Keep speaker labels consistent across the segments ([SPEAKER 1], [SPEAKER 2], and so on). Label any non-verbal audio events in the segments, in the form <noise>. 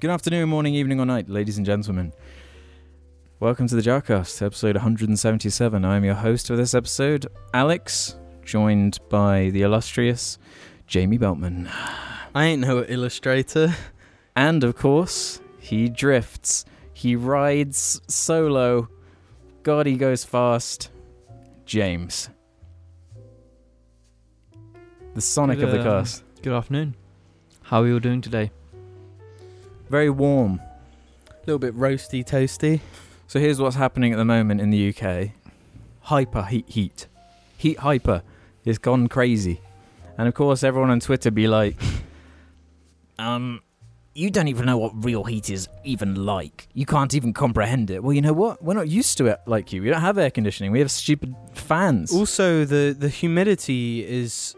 [SPEAKER 1] Good afternoon, morning, evening, or night, ladies and gentlemen. Welcome to the Jarcast, episode 177. I am your host for this episode, Alex, joined by the illustrious Jamie Beltman.
[SPEAKER 2] I ain't no illustrator. <laughs>
[SPEAKER 1] And of course, he drifts, he rides solo. God, he goes fast. James. The Sonic of the
[SPEAKER 2] Uh,
[SPEAKER 1] cast.
[SPEAKER 3] Good afternoon. How are you all doing today?
[SPEAKER 1] Very warm.
[SPEAKER 2] A little bit roasty toasty.
[SPEAKER 1] So here's what's happening at the moment in the UK. Hyper heat heat. Heat hyper is gone crazy. And of course everyone on Twitter be like Um you don't even know what real heat is even like. You can't even comprehend it. Well, you know what? We're not used to it like you. We don't have air conditioning. We have stupid fans.
[SPEAKER 2] Also, the the humidity is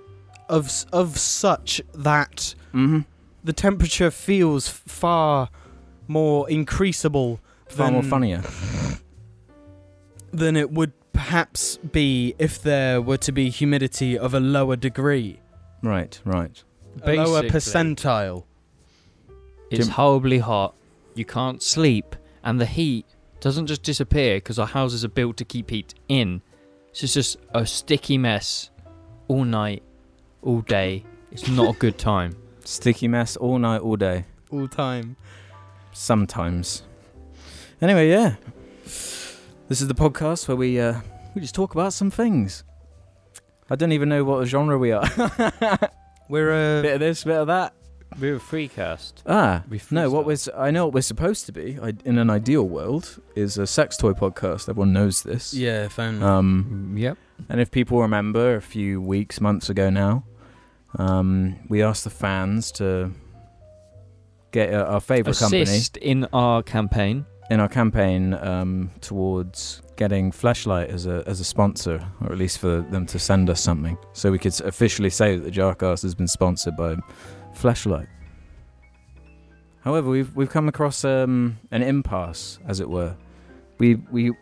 [SPEAKER 2] of s- of such that
[SPEAKER 1] Mm-hmm.
[SPEAKER 2] the temperature feels far more increasable
[SPEAKER 1] Far more
[SPEAKER 2] than-
[SPEAKER 1] funnier.
[SPEAKER 2] than it would perhaps be if there were to be humidity of a lower degree,
[SPEAKER 1] Right, right.
[SPEAKER 2] a lower
[SPEAKER 3] Basically,
[SPEAKER 2] percentile.
[SPEAKER 3] It's
[SPEAKER 1] Jim-
[SPEAKER 3] horribly hot. You can't sleep, and the heat doesn't just disappear because our houses are built to keep heat in. So it's just a sticky mess all night, all day. It's not a good time.
[SPEAKER 1] Sticky mess all night, all day.
[SPEAKER 2] All time.
[SPEAKER 1] Sometimes. Anyway, yeah. This is the podcast where we uh, we just talk about some things. I don't even know what genre we are. <laughs>
[SPEAKER 2] We're uh, a
[SPEAKER 1] bit of this, bit of that.
[SPEAKER 3] <laughs> We're a free cast.
[SPEAKER 1] Ah,
[SPEAKER 3] We
[SPEAKER 1] no. What was I know what we're supposed to be I, in an ideal world is a sex toy podcast. Everyone knows this.
[SPEAKER 2] yeah, if only.
[SPEAKER 1] Um,
[SPEAKER 3] Mm, Yep.
[SPEAKER 1] And if people remember a few weeks, months ago now, um, we asked the fans to get uh, our favourite company
[SPEAKER 3] Assist in our campaign.
[SPEAKER 1] in our campaign um, towards getting Flashlight as a as a sponsor, or at least for them to send us something, so we could officially say that the Jarcast has been sponsored by Flashlight. However, we've we've come across um, an impasse, as it were. We we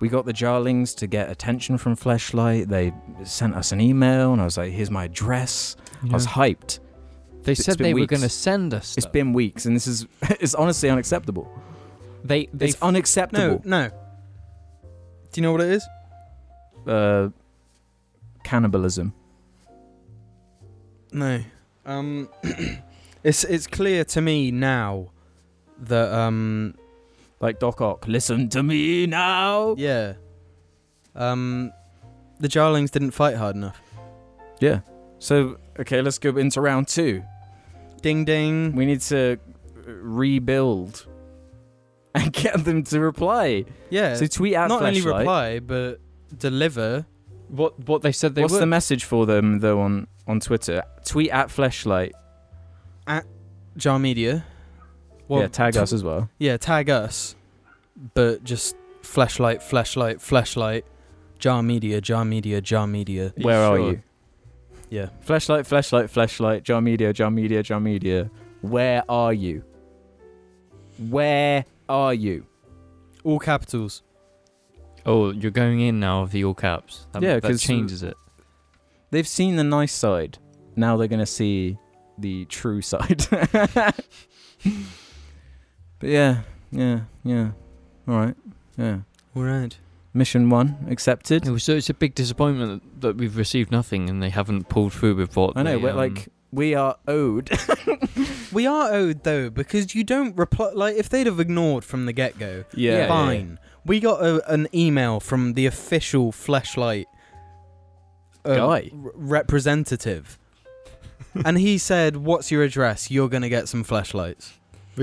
[SPEAKER 1] we got the Jarlings to get attention from Flashlight. They sent us an email, and I was like, "Here's my address." I was hyped.
[SPEAKER 3] They
[SPEAKER 1] it's
[SPEAKER 3] said
[SPEAKER 1] been
[SPEAKER 3] they were
[SPEAKER 1] weeks.
[SPEAKER 3] going to send us.
[SPEAKER 1] It's
[SPEAKER 3] stuff.
[SPEAKER 1] been weeks, and this is <laughs> it's honestly unacceptable.
[SPEAKER 3] They. They.
[SPEAKER 1] It's unacceptable.
[SPEAKER 2] no, no. Do you know what it is?
[SPEAKER 1] uh, cannibalism.
[SPEAKER 2] No. Um, <clears throat> it's it's clear to me now that um
[SPEAKER 1] Like Doc Ock, listen to me now.
[SPEAKER 2] yeah um the Jarlings didn't fight hard enough.
[SPEAKER 1] Yeah. So okay, let's go into round two.
[SPEAKER 2] Ding ding.
[SPEAKER 1] We need to rebuild and <laughs> get them to reply.
[SPEAKER 2] Yeah.
[SPEAKER 1] So tweet out
[SPEAKER 2] not only
[SPEAKER 1] Fleshlight.
[SPEAKER 2] reply but deliver.
[SPEAKER 3] What. What they said they
[SPEAKER 1] What's
[SPEAKER 3] were.
[SPEAKER 1] the message for them though on on Twitter? Tweet at Fleshlight.
[SPEAKER 2] Jar Media.
[SPEAKER 1] yeah, tag us as well.
[SPEAKER 2] Yeah, tag us. But just flashlight, flashlight, flashlight. Jar Media, Jar Media, Jar Media.
[SPEAKER 3] you
[SPEAKER 1] Where are
[SPEAKER 3] sure?
[SPEAKER 1] you?
[SPEAKER 2] Yeah.
[SPEAKER 1] Fleshlight, flashlight, flashlight. Jar Media, Jar Media, Jar Media. Where are you? Where are you?
[SPEAKER 2] All capitals.
[SPEAKER 3] oh, you're going in now of the all caps. That,
[SPEAKER 1] Yeah,
[SPEAKER 3] that
[SPEAKER 1] 'cause-
[SPEAKER 3] changes it.
[SPEAKER 1] they've seen the nice side. Now they're gonna see the true side. <laughs> but yeah, yeah, yeah. All right, yeah.
[SPEAKER 2] All right.
[SPEAKER 1] Mission one accepted.
[SPEAKER 3] It was, so it's a big disappointment that- that we've received nothing and they haven't pulled through with what
[SPEAKER 1] I know.
[SPEAKER 3] they,
[SPEAKER 1] we're
[SPEAKER 3] um,
[SPEAKER 1] like we are <laughs> owed.
[SPEAKER 2] We are owed though because you don't reply. Like if they'd have ignored from the get go,
[SPEAKER 3] Yeah,
[SPEAKER 2] fine. We got a, an email from the official flashlight
[SPEAKER 1] Guy.
[SPEAKER 2] r- representative,
[SPEAKER 3] um,
[SPEAKER 2] and he said, "What's your address? You're gonna get some flashlights."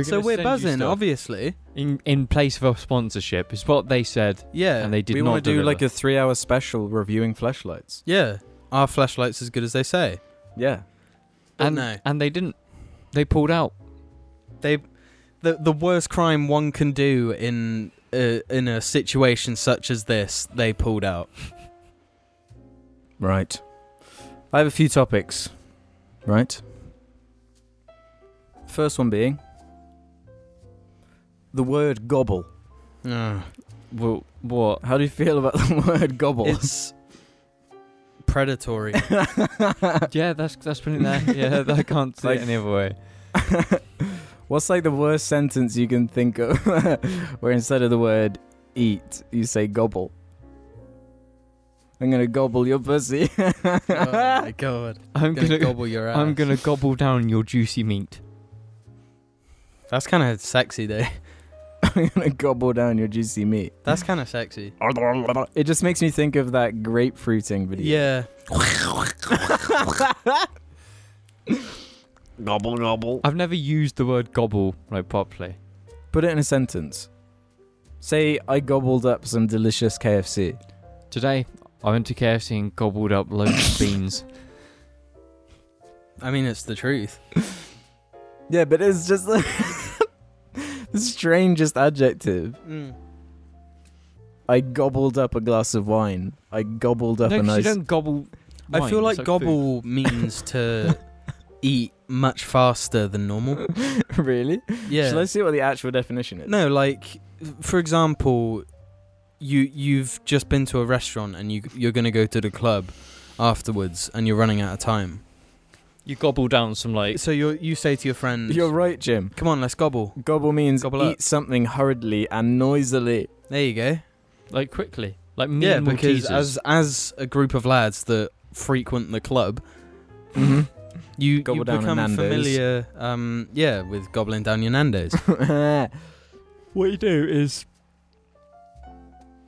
[SPEAKER 2] So we're buzzing, obviously.
[SPEAKER 3] in in place of sponsorship is what they said,
[SPEAKER 2] Yeah,
[SPEAKER 3] and they did
[SPEAKER 1] we
[SPEAKER 3] not
[SPEAKER 1] want to do
[SPEAKER 3] deliver.
[SPEAKER 1] like a three-hour special reviewing flashlights.
[SPEAKER 2] yeah. Are flashlights as good as they say?
[SPEAKER 1] Yeah.
[SPEAKER 2] But
[SPEAKER 3] and
[SPEAKER 2] no.
[SPEAKER 3] and they didn't. They pulled out.
[SPEAKER 2] They, the the worst crime one can do in uh, in a situation such as this, they pulled out.
[SPEAKER 1] Right. I have a few topics. Right. First one being the word gobble.
[SPEAKER 2] Ugh.
[SPEAKER 3] Well, what?
[SPEAKER 1] How do you feel about <laughs> the word gobble?
[SPEAKER 2] It's <laughs> predatory.
[SPEAKER 3] yeah, that's that's putting it there. Yeah, I can't see
[SPEAKER 1] Like-
[SPEAKER 3] it any other way.
[SPEAKER 1] <laughs> What's like the worst sentence you can think of <laughs> where instead of the word eat, you say gobble? I'm gonna gobble your pussy. <laughs>
[SPEAKER 2] oh my god.
[SPEAKER 3] I'm
[SPEAKER 2] I'm gonna,
[SPEAKER 3] gonna,
[SPEAKER 2] gobble your ass.
[SPEAKER 3] I'm gonna gobble down your juicy meat.
[SPEAKER 2] That's kind of sexy, though. <laughs>
[SPEAKER 1] I'm gonna gobble down your juicy meat.
[SPEAKER 2] That's kind of sexy.
[SPEAKER 1] It just makes me think of that grapefruiting video.
[SPEAKER 2] Yeah.
[SPEAKER 1] Gobble gobble.
[SPEAKER 3] I've never used the word gobble like properly.
[SPEAKER 1] Put it in a sentence. Say I gobbled up some delicious KFC.
[SPEAKER 3] Today, I went to KFC and gobbled up
[SPEAKER 1] <coughs>
[SPEAKER 3] loads of beans.
[SPEAKER 2] I mean, it's the truth.
[SPEAKER 1] Yeah, but it's just the, <laughs> the strangest adjective.
[SPEAKER 2] Mm.
[SPEAKER 1] I gobbled up a glass of wine. I gobbled up
[SPEAKER 3] no,
[SPEAKER 1] a
[SPEAKER 3] 'cause you
[SPEAKER 1] nice.
[SPEAKER 3] don't gobble.
[SPEAKER 2] I
[SPEAKER 3] wine,
[SPEAKER 2] feel
[SPEAKER 3] it's
[SPEAKER 2] like,
[SPEAKER 3] food.
[SPEAKER 2] gobble <laughs> means to eat much faster than normal.
[SPEAKER 1] <laughs> really?
[SPEAKER 2] Yeah.
[SPEAKER 1] Shall I see what the actual definition is?
[SPEAKER 2] No, like for example, you you've just been to a restaurant and you you're gonna go to the club afterwards and you're running out of time.
[SPEAKER 3] You gobble down some like.
[SPEAKER 2] So you you say to your friend,
[SPEAKER 1] You're right, Jim.
[SPEAKER 2] "Come on, let's gobble."
[SPEAKER 1] Gobble means
[SPEAKER 2] Gobble
[SPEAKER 1] eat
[SPEAKER 2] up.
[SPEAKER 1] something hurriedly and noisily.
[SPEAKER 2] There you go.
[SPEAKER 3] like quickly, like me
[SPEAKER 2] Yeah,
[SPEAKER 3] and
[SPEAKER 2] because
[SPEAKER 3] Maltesers.
[SPEAKER 2] as as a group of lads that frequent the club, Mm-hmm.
[SPEAKER 1] <laughs>
[SPEAKER 2] you,
[SPEAKER 1] Gobble
[SPEAKER 2] you
[SPEAKER 1] down a
[SPEAKER 2] become
[SPEAKER 1] Nando's.
[SPEAKER 2] familiar. Um, yeah, with gobbling down your Nando's.
[SPEAKER 3] what you do is,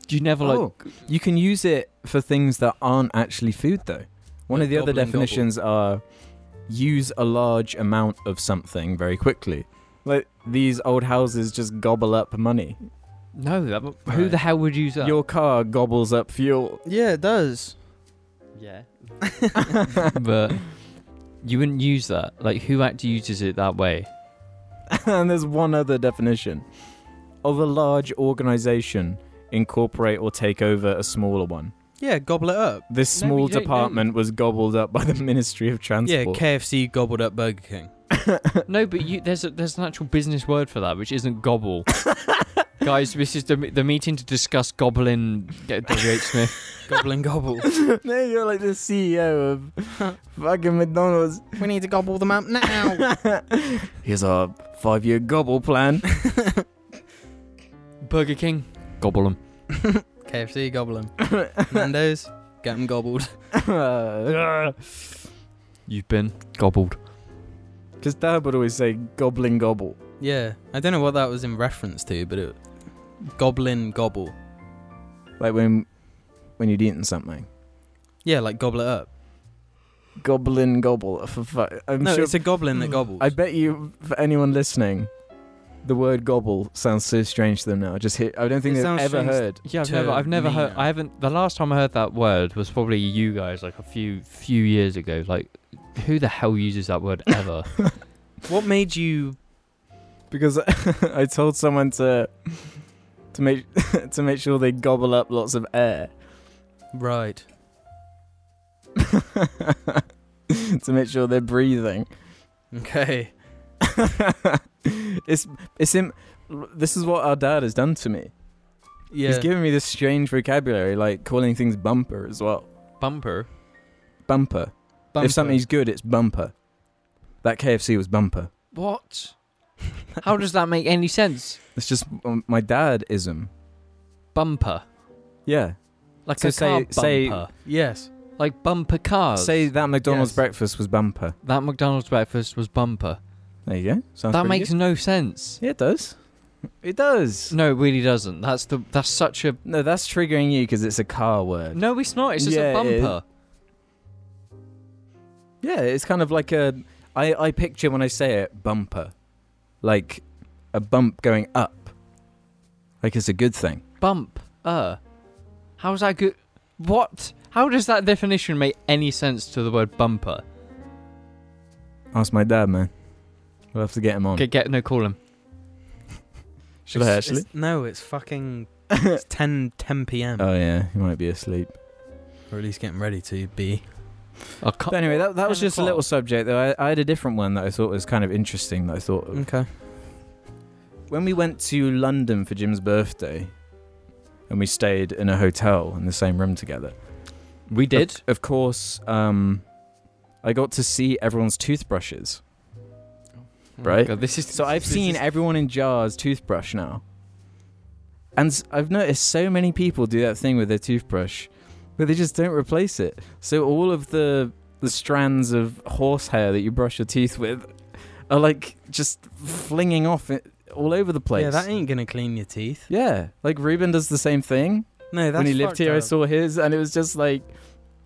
[SPEAKER 3] you never like.
[SPEAKER 1] Oh, you can use it for things that aren't actually food, though. One
[SPEAKER 2] Like
[SPEAKER 1] of the other
[SPEAKER 2] gobble and gobble.
[SPEAKER 1] definitions are use a large amount of something very quickly. Like these old houses just gobble up money.
[SPEAKER 3] No, that, who
[SPEAKER 2] Right.
[SPEAKER 3] the hell would use that?
[SPEAKER 1] Your car gobbles up fuel.
[SPEAKER 2] <laughs> yeah, it does.
[SPEAKER 3] <laughs> yeah, but you wouldn't use that. Like, who actually uses it that way?
[SPEAKER 1] <laughs> and there's one other definition of a large organization incorporate or take over a smaller one.
[SPEAKER 2] Yeah, gobble it up.
[SPEAKER 1] This
[SPEAKER 3] No, but
[SPEAKER 1] small
[SPEAKER 3] you don't know.
[SPEAKER 1] department was gobbled up by the Ministry of
[SPEAKER 2] Yeah,
[SPEAKER 1] <laughs> Transport.
[SPEAKER 2] KFC gobbled up Burger King.
[SPEAKER 3] No, but you, there's a, there's an actual business word for that, which isn't gobble. Guys, this is the the meeting to discuss gobbling. Get WH <laughs> Smith.
[SPEAKER 2] Gobbling gobble.
[SPEAKER 1] <laughs> no, you're like the CEO
[SPEAKER 3] <laughs>
[SPEAKER 1] of fucking McDonald's.
[SPEAKER 2] <laughs> We need to gobble them up now. <laughs>
[SPEAKER 1] <laughs> Here's our five year gobble plan. <laughs>
[SPEAKER 3] Burger King, gobble 'em.
[SPEAKER 2] KFC, gobble <laughs> them. Nando's, get them gobbled.
[SPEAKER 1] Because
[SPEAKER 3] You've been gobbled.
[SPEAKER 1] Dad would always say goblin gobble.
[SPEAKER 2] Yeah, I don't know what that was in reference to, but it goblin gobble.
[SPEAKER 1] Like when when you'd eaten something.
[SPEAKER 2] Yeah, like gobble it up.
[SPEAKER 1] Goblin gobble. For fu- I'm
[SPEAKER 2] no,
[SPEAKER 1] sure.
[SPEAKER 2] it's a goblin that gobbles.
[SPEAKER 1] I bet you, for anyone listening, the word gobble sounds so strange to them now. Just hear, I don't think
[SPEAKER 2] It
[SPEAKER 1] they've
[SPEAKER 2] sounds
[SPEAKER 1] ever
[SPEAKER 2] strange.
[SPEAKER 1] heard.
[SPEAKER 3] Yeah, I've
[SPEAKER 2] to
[SPEAKER 3] never, I've never
[SPEAKER 2] me
[SPEAKER 3] heard.
[SPEAKER 2] now.
[SPEAKER 3] I haven't. The last time I heard that word was probably you guys, like a few few years ago. Like, who the hell uses that word ever?
[SPEAKER 2] what made you?
[SPEAKER 1] Because <laughs> I told someone to to make <laughs> to make sure they gobble up lots of air. <laughs>
[SPEAKER 2] Right.
[SPEAKER 1] to make sure they're breathing. <laughs>
[SPEAKER 2] Okay.
[SPEAKER 1] it's it's him. This is what our dad has done to me. He's
[SPEAKER 2] Yeah.
[SPEAKER 1] given me this strange vocabulary, like calling things bumper as well.
[SPEAKER 3] <laughs> Bumper.
[SPEAKER 1] Bumper. If something's good, it's bumper. That KFC was bumper.
[SPEAKER 3] What? How does that make any sense?
[SPEAKER 1] It's just um, my dad ism.
[SPEAKER 3] Bumper.
[SPEAKER 1] Yeah.
[SPEAKER 3] Like
[SPEAKER 1] So
[SPEAKER 3] a car
[SPEAKER 1] say- say-
[SPEAKER 3] bumper.
[SPEAKER 2] yes.
[SPEAKER 3] like bumper cars.
[SPEAKER 1] Say that McDonald's
[SPEAKER 2] Yes.
[SPEAKER 1] breakfast was bumper.
[SPEAKER 3] that McDonald's breakfast was bumper.
[SPEAKER 1] There you go. Sounds
[SPEAKER 3] that
[SPEAKER 1] pretty
[SPEAKER 3] makes no sense.
[SPEAKER 1] good. Yeah, it does. It does.
[SPEAKER 3] No, it really doesn't. That's the that's such a
[SPEAKER 1] No, that's triggering you because it's a car word.
[SPEAKER 3] no. It's not. It's just
[SPEAKER 1] Yeah,
[SPEAKER 3] a
[SPEAKER 1] it
[SPEAKER 3] bumper.
[SPEAKER 1] Yeah, it's kind of like a. I I picture when I say it bumper, like a bump going up. Like it's a good thing.
[SPEAKER 3] Bump. Uh. How's that good? What? How does that definition make any sense to the word bumper?
[SPEAKER 1] Ask my dad, man. We'll have to get him on.
[SPEAKER 3] Get, get no call him.
[SPEAKER 1] Should I
[SPEAKER 2] It's-
[SPEAKER 1] actually?
[SPEAKER 2] it's- no,
[SPEAKER 1] <laughs>
[SPEAKER 2] it's fucking. it's 10, 10 p.m.
[SPEAKER 1] Oh yeah, he might be asleep.
[SPEAKER 2] or at least getting ready to be.
[SPEAKER 3] I can't-
[SPEAKER 1] But anyway, that, that was
[SPEAKER 3] 10
[SPEAKER 1] just a little subject though. I, I had a different one that I thought was kind of interesting that I thought of.
[SPEAKER 2] Okay.
[SPEAKER 1] When we went to London for Jim's birthday, and we stayed in a hotel in the same room together.
[SPEAKER 3] we did.
[SPEAKER 1] Of, of course, um, I got to see everyone's toothbrushes.
[SPEAKER 2] Oh my
[SPEAKER 1] Right?
[SPEAKER 2] God, this is
[SPEAKER 1] So I've
[SPEAKER 2] this
[SPEAKER 1] seen
[SPEAKER 2] is-
[SPEAKER 1] everyone in jars toothbrush now. And s- I've noticed so many people do that thing with their toothbrush, but they just don't replace it. So all of the the strands of horsehair that you brush your teeth with are like just flinging off it, all over the place.
[SPEAKER 2] Yeah, that ain't gonna clean your teeth.
[SPEAKER 1] Yeah, like Ruben does the same thing.
[SPEAKER 2] No, that's
[SPEAKER 1] when he lived
[SPEAKER 2] fucked
[SPEAKER 1] here, I
[SPEAKER 2] up.
[SPEAKER 1] saw his, and it was just like,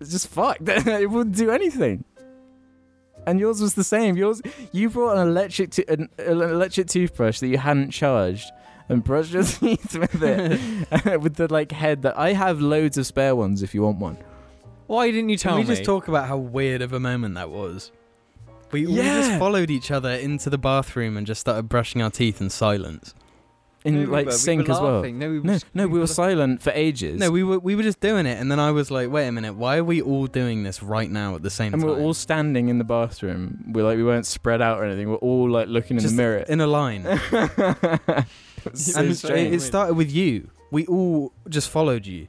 [SPEAKER 1] it's just fucked. <laughs> it wouldn't do anything. And yours was the same. Yours, you brought an electric to- an, an electric toothbrush that you hadn't charged, and brushed your <laughs> teeth with it, <laughs> with the like head that I have loads of spare ones if you want one.
[SPEAKER 3] Why didn't you
[SPEAKER 2] Can
[SPEAKER 3] tell
[SPEAKER 2] we
[SPEAKER 3] me?
[SPEAKER 2] just talk about how weird of a moment that was? We, we
[SPEAKER 1] Yeah.
[SPEAKER 2] just followed each other into the bathroom and just started brushing our teeth in silence.
[SPEAKER 1] In like sync as well.
[SPEAKER 3] No, we
[SPEAKER 1] No, no, we were silent for ages.
[SPEAKER 2] No, we were we were just doing it, and then I was like, "Wait a minute, why are we all doing this right now at the same
[SPEAKER 1] and we
[SPEAKER 2] time?"
[SPEAKER 1] were all standing in the bathroom. We like we weren't spread out or anything. We are all like looking in
[SPEAKER 2] Just
[SPEAKER 1] the
[SPEAKER 2] <laughs>
[SPEAKER 1] mirror.
[SPEAKER 2] in a line.
[SPEAKER 1] <laughs>
[SPEAKER 3] <laughs>
[SPEAKER 1] It was so
[SPEAKER 2] and it,
[SPEAKER 1] strange.
[SPEAKER 2] it started with you. We all just followed you.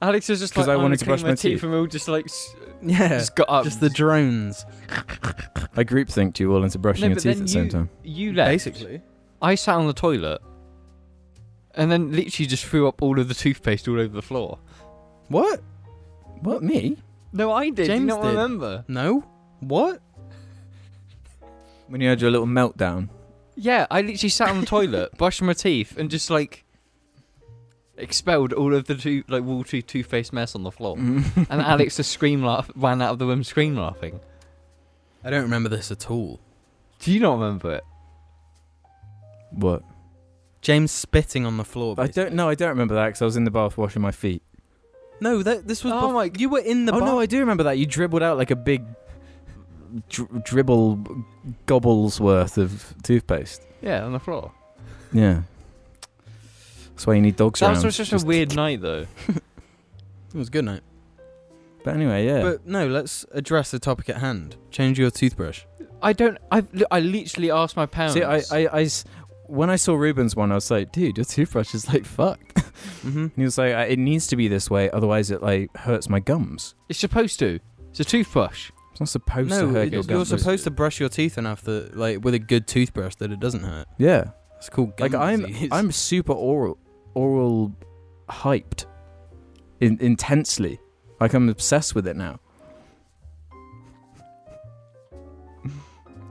[SPEAKER 3] Alex was just
[SPEAKER 1] 'Cause
[SPEAKER 3] like,
[SPEAKER 1] I
[SPEAKER 3] "I'm
[SPEAKER 1] wanted
[SPEAKER 3] gonna
[SPEAKER 1] to
[SPEAKER 3] clean
[SPEAKER 1] brush my teeth.
[SPEAKER 3] and we all just like, s-
[SPEAKER 2] Yeah,
[SPEAKER 3] just got up.
[SPEAKER 2] just the drones.
[SPEAKER 1] I groupthinked you all into brushing
[SPEAKER 3] No,
[SPEAKER 1] your
[SPEAKER 3] but
[SPEAKER 1] teeth at
[SPEAKER 3] then
[SPEAKER 1] the same time.
[SPEAKER 3] you left. I sat on the toilet, and then literally just threw up all of the toothpaste all over the floor.
[SPEAKER 2] What?
[SPEAKER 1] What me?
[SPEAKER 3] No, I did.
[SPEAKER 2] James
[SPEAKER 3] you not
[SPEAKER 2] did.
[SPEAKER 3] remember?
[SPEAKER 2] No. What?
[SPEAKER 1] When you had your little meltdown.
[SPEAKER 3] Yeah, I literally sat on the toilet, <laughs> brushed my teeth, and just like expelled all of the two like watery toothpaste mess on the floor.
[SPEAKER 2] Mm.
[SPEAKER 3] <laughs> and Alex just scream laugh ran out of the room scream laughing.
[SPEAKER 2] I don't remember this at all.
[SPEAKER 3] Do you not remember it?
[SPEAKER 1] What?
[SPEAKER 2] James spitting on the floor.
[SPEAKER 1] I don't know. I don't remember that because I was in the bath washing my feet.
[SPEAKER 2] No, that, this was.
[SPEAKER 3] Oh
[SPEAKER 2] bef-
[SPEAKER 3] my-
[SPEAKER 2] You were in the.
[SPEAKER 1] oh
[SPEAKER 2] bath-
[SPEAKER 1] no, I do remember that. You dribbled out like a big dr- dribble gobbles worth of toothpaste.
[SPEAKER 3] Yeah, on the floor.
[SPEAKER 1] Yeah. That's why you need dogs
[SPEAKER 3] That
[SPEAKER 1] around.
[SPEAKER 3] was such
[SPEAKER 1] Just-
[SPEAKER 3] a weird night though.
[SPEAKER 2] It was a good night.
[SPEAKER 1] But anyway, yeah.
[SPEAKER 2] But no, let's address the topic at hand. Change your toothbrush.
[SPEAKER 3] I don't. I I literally asked my parents.
[SPEAKER 1] See, I, I, I s- when I saw Ruben's one, I was like, dude, your toothbrush is like fucked. <laughs> and
[SPEAKER 2] Mm-hmm.
[SPEAKER 1] he was like, "Uh, it needs to be this way, otherwise it like hurts my gums.
[SPEAKER 3] it's supposed to. It's a toothbrush.
[SPEAKER 1] It's not supposed
[SPEAKER 2] No,
[SPEAKER 1] to hurt
[SPEAKER 2] it-
[SPEAKER 1] your
[SPEAKER 2] you're
[SPEAKER 1] gums.
[SPEAKER 2] supposed to brush your teeth enough that, like, with a good toothbrush, that it doesn't hurt.
[SPEAKER 1] yeah.
[SPEAKER 2] It's called gum
[SPEAKER 1] like I'm
[SPEAKER 2] disease.
[SPEAKER 1] I'm super oral oral hyped in, intensely like I'm obsessed with it <laughs> now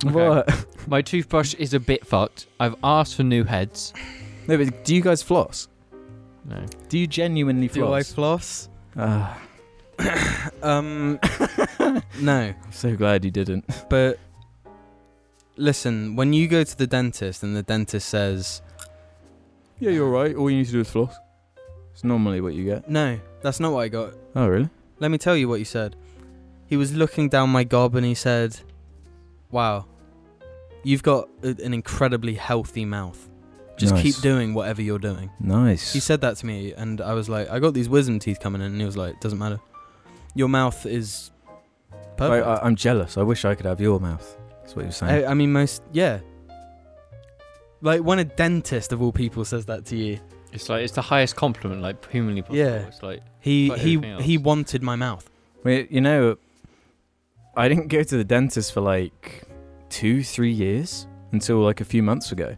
[SPEAKER 3] Okay.
[SPEAKER 1] What? <laughs>
[SPEAKER 3] My toothbrush is a bit fucked. I've asked for new heads.
[SPEAKER 1] No, but do you guys floss?
[SPEAKER 3] No.
[SPEAKER 1] Do you genuinely
[SPEAKER 2] <laughs> Do I
[SPEAKER 1] floss?
[SPEAKER 2] floss?
[SPEAKER 1] Ah,
[SPEAKER 2] Um, no.
[SPEAKER 1] I'm so glad you didn't. <laughs>
[SPEAKER 2] But listen, when you go to the dentist and the dentist says,
[SPEAKER 1] Yeah, you're right. All you need to do is floss. It's normally what you get.
[SPEAKER 2] "No, that's not what I got."
[SPEAKER 1] Oh, really?
[SPEAKER 2] Let me tell you what he said. He was looking down my gob and he said, "Wow, you've got a- an incredibly healthy mouth. Just
[SPEAKER 1] Nice.
[SPEAKER 2] keep doing whatever you're doing."
[SPEAKER 1] Nice.
[SPEAKER 2] He said that to me, and I was like, "I got these wisdom teeth coming in," and he was like, "Doesn't matter. Your mouth is
[SPEAKER 1] I,
[SPEAKER 2] perfect."
[SPEAKER 1] I, am jealous. I wish I could have your mouth. That's what he was saying.
[SPEAKER 2] I, I mean, most yeah. Like when a dentist of all people says that to you,
[SPEAKER 3] It's like it's the highest compliment like humanly possible.
[SPEAKER 2] Yeah.
[SPEAKER 3] It's like
[SPEAKER 2] he
[SPEAKER 3] Like
[SPEAKER 2] he
[SPEAKER 3] everything else.
[SPEAKER 2] he wanted my mouth.
[SPEAKER 1] Well, you know, I didn't go to the dentist for like two, three years until like a few months ago.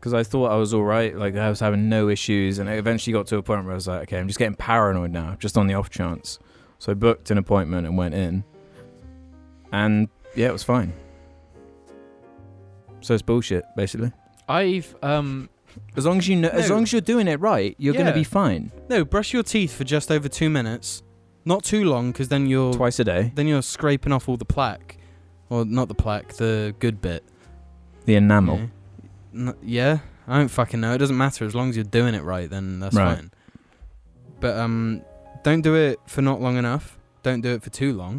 [SPEAKER 1] Because I thought I was all right, like I was having no issues, and it eventually got to a point where I was like, okay, I'm just getting paranoid now, just on the off chance. So I booked an appointment and went in, and yeah, it was fine. So it's bullshit, basically.
[SPEAKER 3] I've um
[SPEAKER 1] As long as you know, as
[SPEAKER 2] No.
[SPEAKER 1] long as you're doing it right, you're gonna
[SPEAKER 3] Yeah.
[SPEAKER 1] be fine.
[SPEAKER 2] No, brush your teeth for just over two minutes, not too long, because then you're
[SPEAKER 1] Twice a day,
[SPEAKER 2] then you're scraping off all the plaque, or not the plaque, the good bit.
[SPEAKER 1] the
[SPEAKER 2] you
[SPEAKER 1] enamel.
[SPEAKER 2] know? N- yeah, I don't fucking know. It doesn't matter as long as you're doing it right. Then that's
[SPEAKER 1] Right.
[SPEAKER 2] fine. But um, don't do it for not long enough. Don't do it for too long.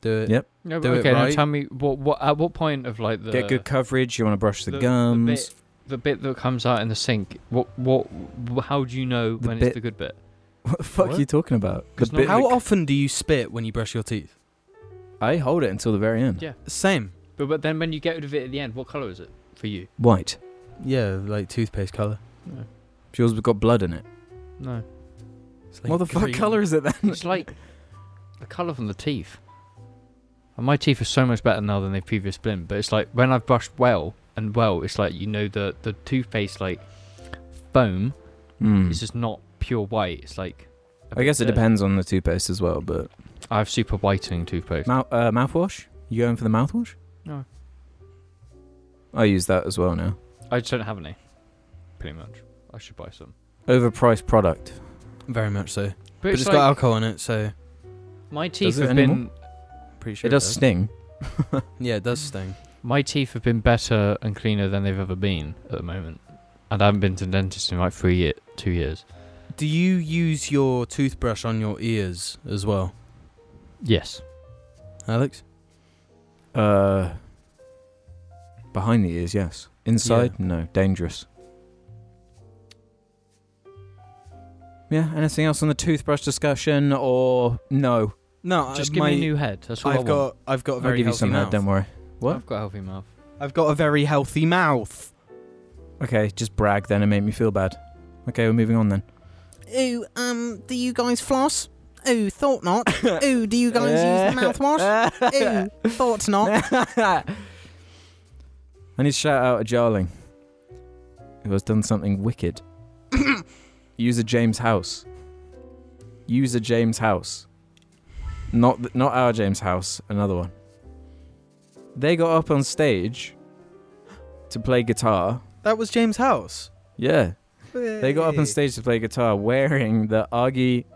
[SPEAKER 2] Do it.
[SPEAKER 1] Yeah.
[SPEAKER 3] no,
[SPEAKER 2] Do
[SPEAKER 3] but
[SPEAKER 2] it
[SPEAKER 3] okay, now
[SPEAKER 2] right.
[SPEAKER 3] tell me what what at what point of like the
[SPEAKER 1] Get good coverage. You want to brush the,
[SPEAKER 3] the- the
[SPEAKER 1] gums.
[SPEAKER 3] bit- the bit that comes out in the sink. What what wh- how do you know
[SPEAKER 1] The
[SPEAKER 3] when
[SPEAKER 1] bit-
[SPEAKER 3] it's the good bit?
[SPEAKER 1] What the fuck
[SPEAKER 3] What?
[SPEAKER 1] are you talking about? The
[SPEAKER 3] 'Cause
[SPEAKER 1] bit
[SPEAKER 2] How
[SPEAKER 1] that-
[SPEAKER 2] often do you spit when you brush your teeth?
[SPEAKER 1] I hold it until the very end.
[SPEAKER 3] Yeah.
[SPEAKER 2] Same.
[SPEAKER 3] But but then when you get rid of it at the end, what color is it for you?
[SPEAKER 1] White.
[SPEAKER 2] Yeah, like toothpaste color.
[SPEAKER 3] No.
[SPEAKER 1] She also got blood in it.
[SPEAKER 3] No.
[SPEAKER 1] <laughs>
[SPEAKER 2] It's
[SPEAKER 1] what the fuck color is it then?
[SPEAKER 3] It's like the color from the teeth. And my teeth are so much better now than they've previously been. But it's like when I've brushed well and well, it's like you know the the toothpaste like foam
[SPEAKER 1] Mm.
[SPEAKER 3] is just not pure white. It's like a
[SPEAKER 1] I guess it
[SPEAKER 3] bit-
[SPEAKER 1] depends on the toothpaste as well, but
[SPEAKER 3] I have super whitening toothpaste.
[SPEAKER 1] mou- uh, mouthwash. You going for the mouthwash?
[SPEAKER 3] No.
[SPEAKER 1] I use that as well now.
[SPEAKER 3] I just don't have any. Pretty much. I should buy some.
[SPEAKER 1] Overpriced product.
[SPEAKER 2] Very much so. But,
[SPEAKER 3] But,
[SPEAKER 2] it's
[SPEAKER 3] it's,
[SPEAKER 2] got
[SPEAKER 3] like,
[SPEAKER 2] alcohol in it, so
[SPEAKER 3] my teeth
[SPEAKER 1] it
[SPEAKER 3] have
[SPEAKER 1] anymore?
[SPEAKER 3] been
[SPEAKER 2] pretty sure
[SPEAKER 1] it does sting. <laughs>
[SPEAKER 2] Yeah, it does sting.
[SPEAKER 3] my teeth have been better and cleaner than they've ever been at the moment. And I haven't been to the dentist in like three year, two years.
[SPEAKER 2] Do you use your toothbrush on your ears as well,
[SPEAKER 3] Yes.
[SPEAKER 2] Alex?
[SPEAKER 1] Uh, behind the ears, yes. Inside, no. Dangerous. Yeah. Anything else on the toothbrush discussion, or no?
[SPEAKER 2] No,
[SPEAKER 3] Just
[SPEAKER 2] I,
[SPEAKER 3] give
[SPEAKER 2] Uh, my,
[SPEAKER 3] me a new head. That's all I
[SPEAKER 2] I've
[SPEAKER 3] want.
[SPEAKER 2] got I've got a very
[SPEAKER 1] I'll give you
[SPEAKER 2] healthy
[SPEAKER 1] some head.
[SPEAKER 2] mouth.
[SPEAKER 1] Don't worry. What?
[SPEAKER 3] I've got a healthy mouth.
[SPEAKER 2] I've got a very healthy mouth.
[SPEAKER 1] Okay, just brag then and make me feel bad. Okay, we're moving on then.
[SPEAKER 2] Ooh, um, do you guys floss? Ooh, thought not. <laughs> Ooh, do you guys use the <laughs> mouthwash?
[SPEAKER 1] <laughs>
[SPEAKER 2] Ooh, thought not.
[SPEAKER 1] I need to shout out a Jarling who has done something wicked.
[SPEAKER 2] <coughs>
[SPEAKER 1] User James House. User James House. Not th- not our James House, another one. They got up on stage to play guitar.
[SPEAKER 2] <laughs> That was James House.
[SPEAKER 1] Yeah, they got up on stage to play guitar wearing the Augie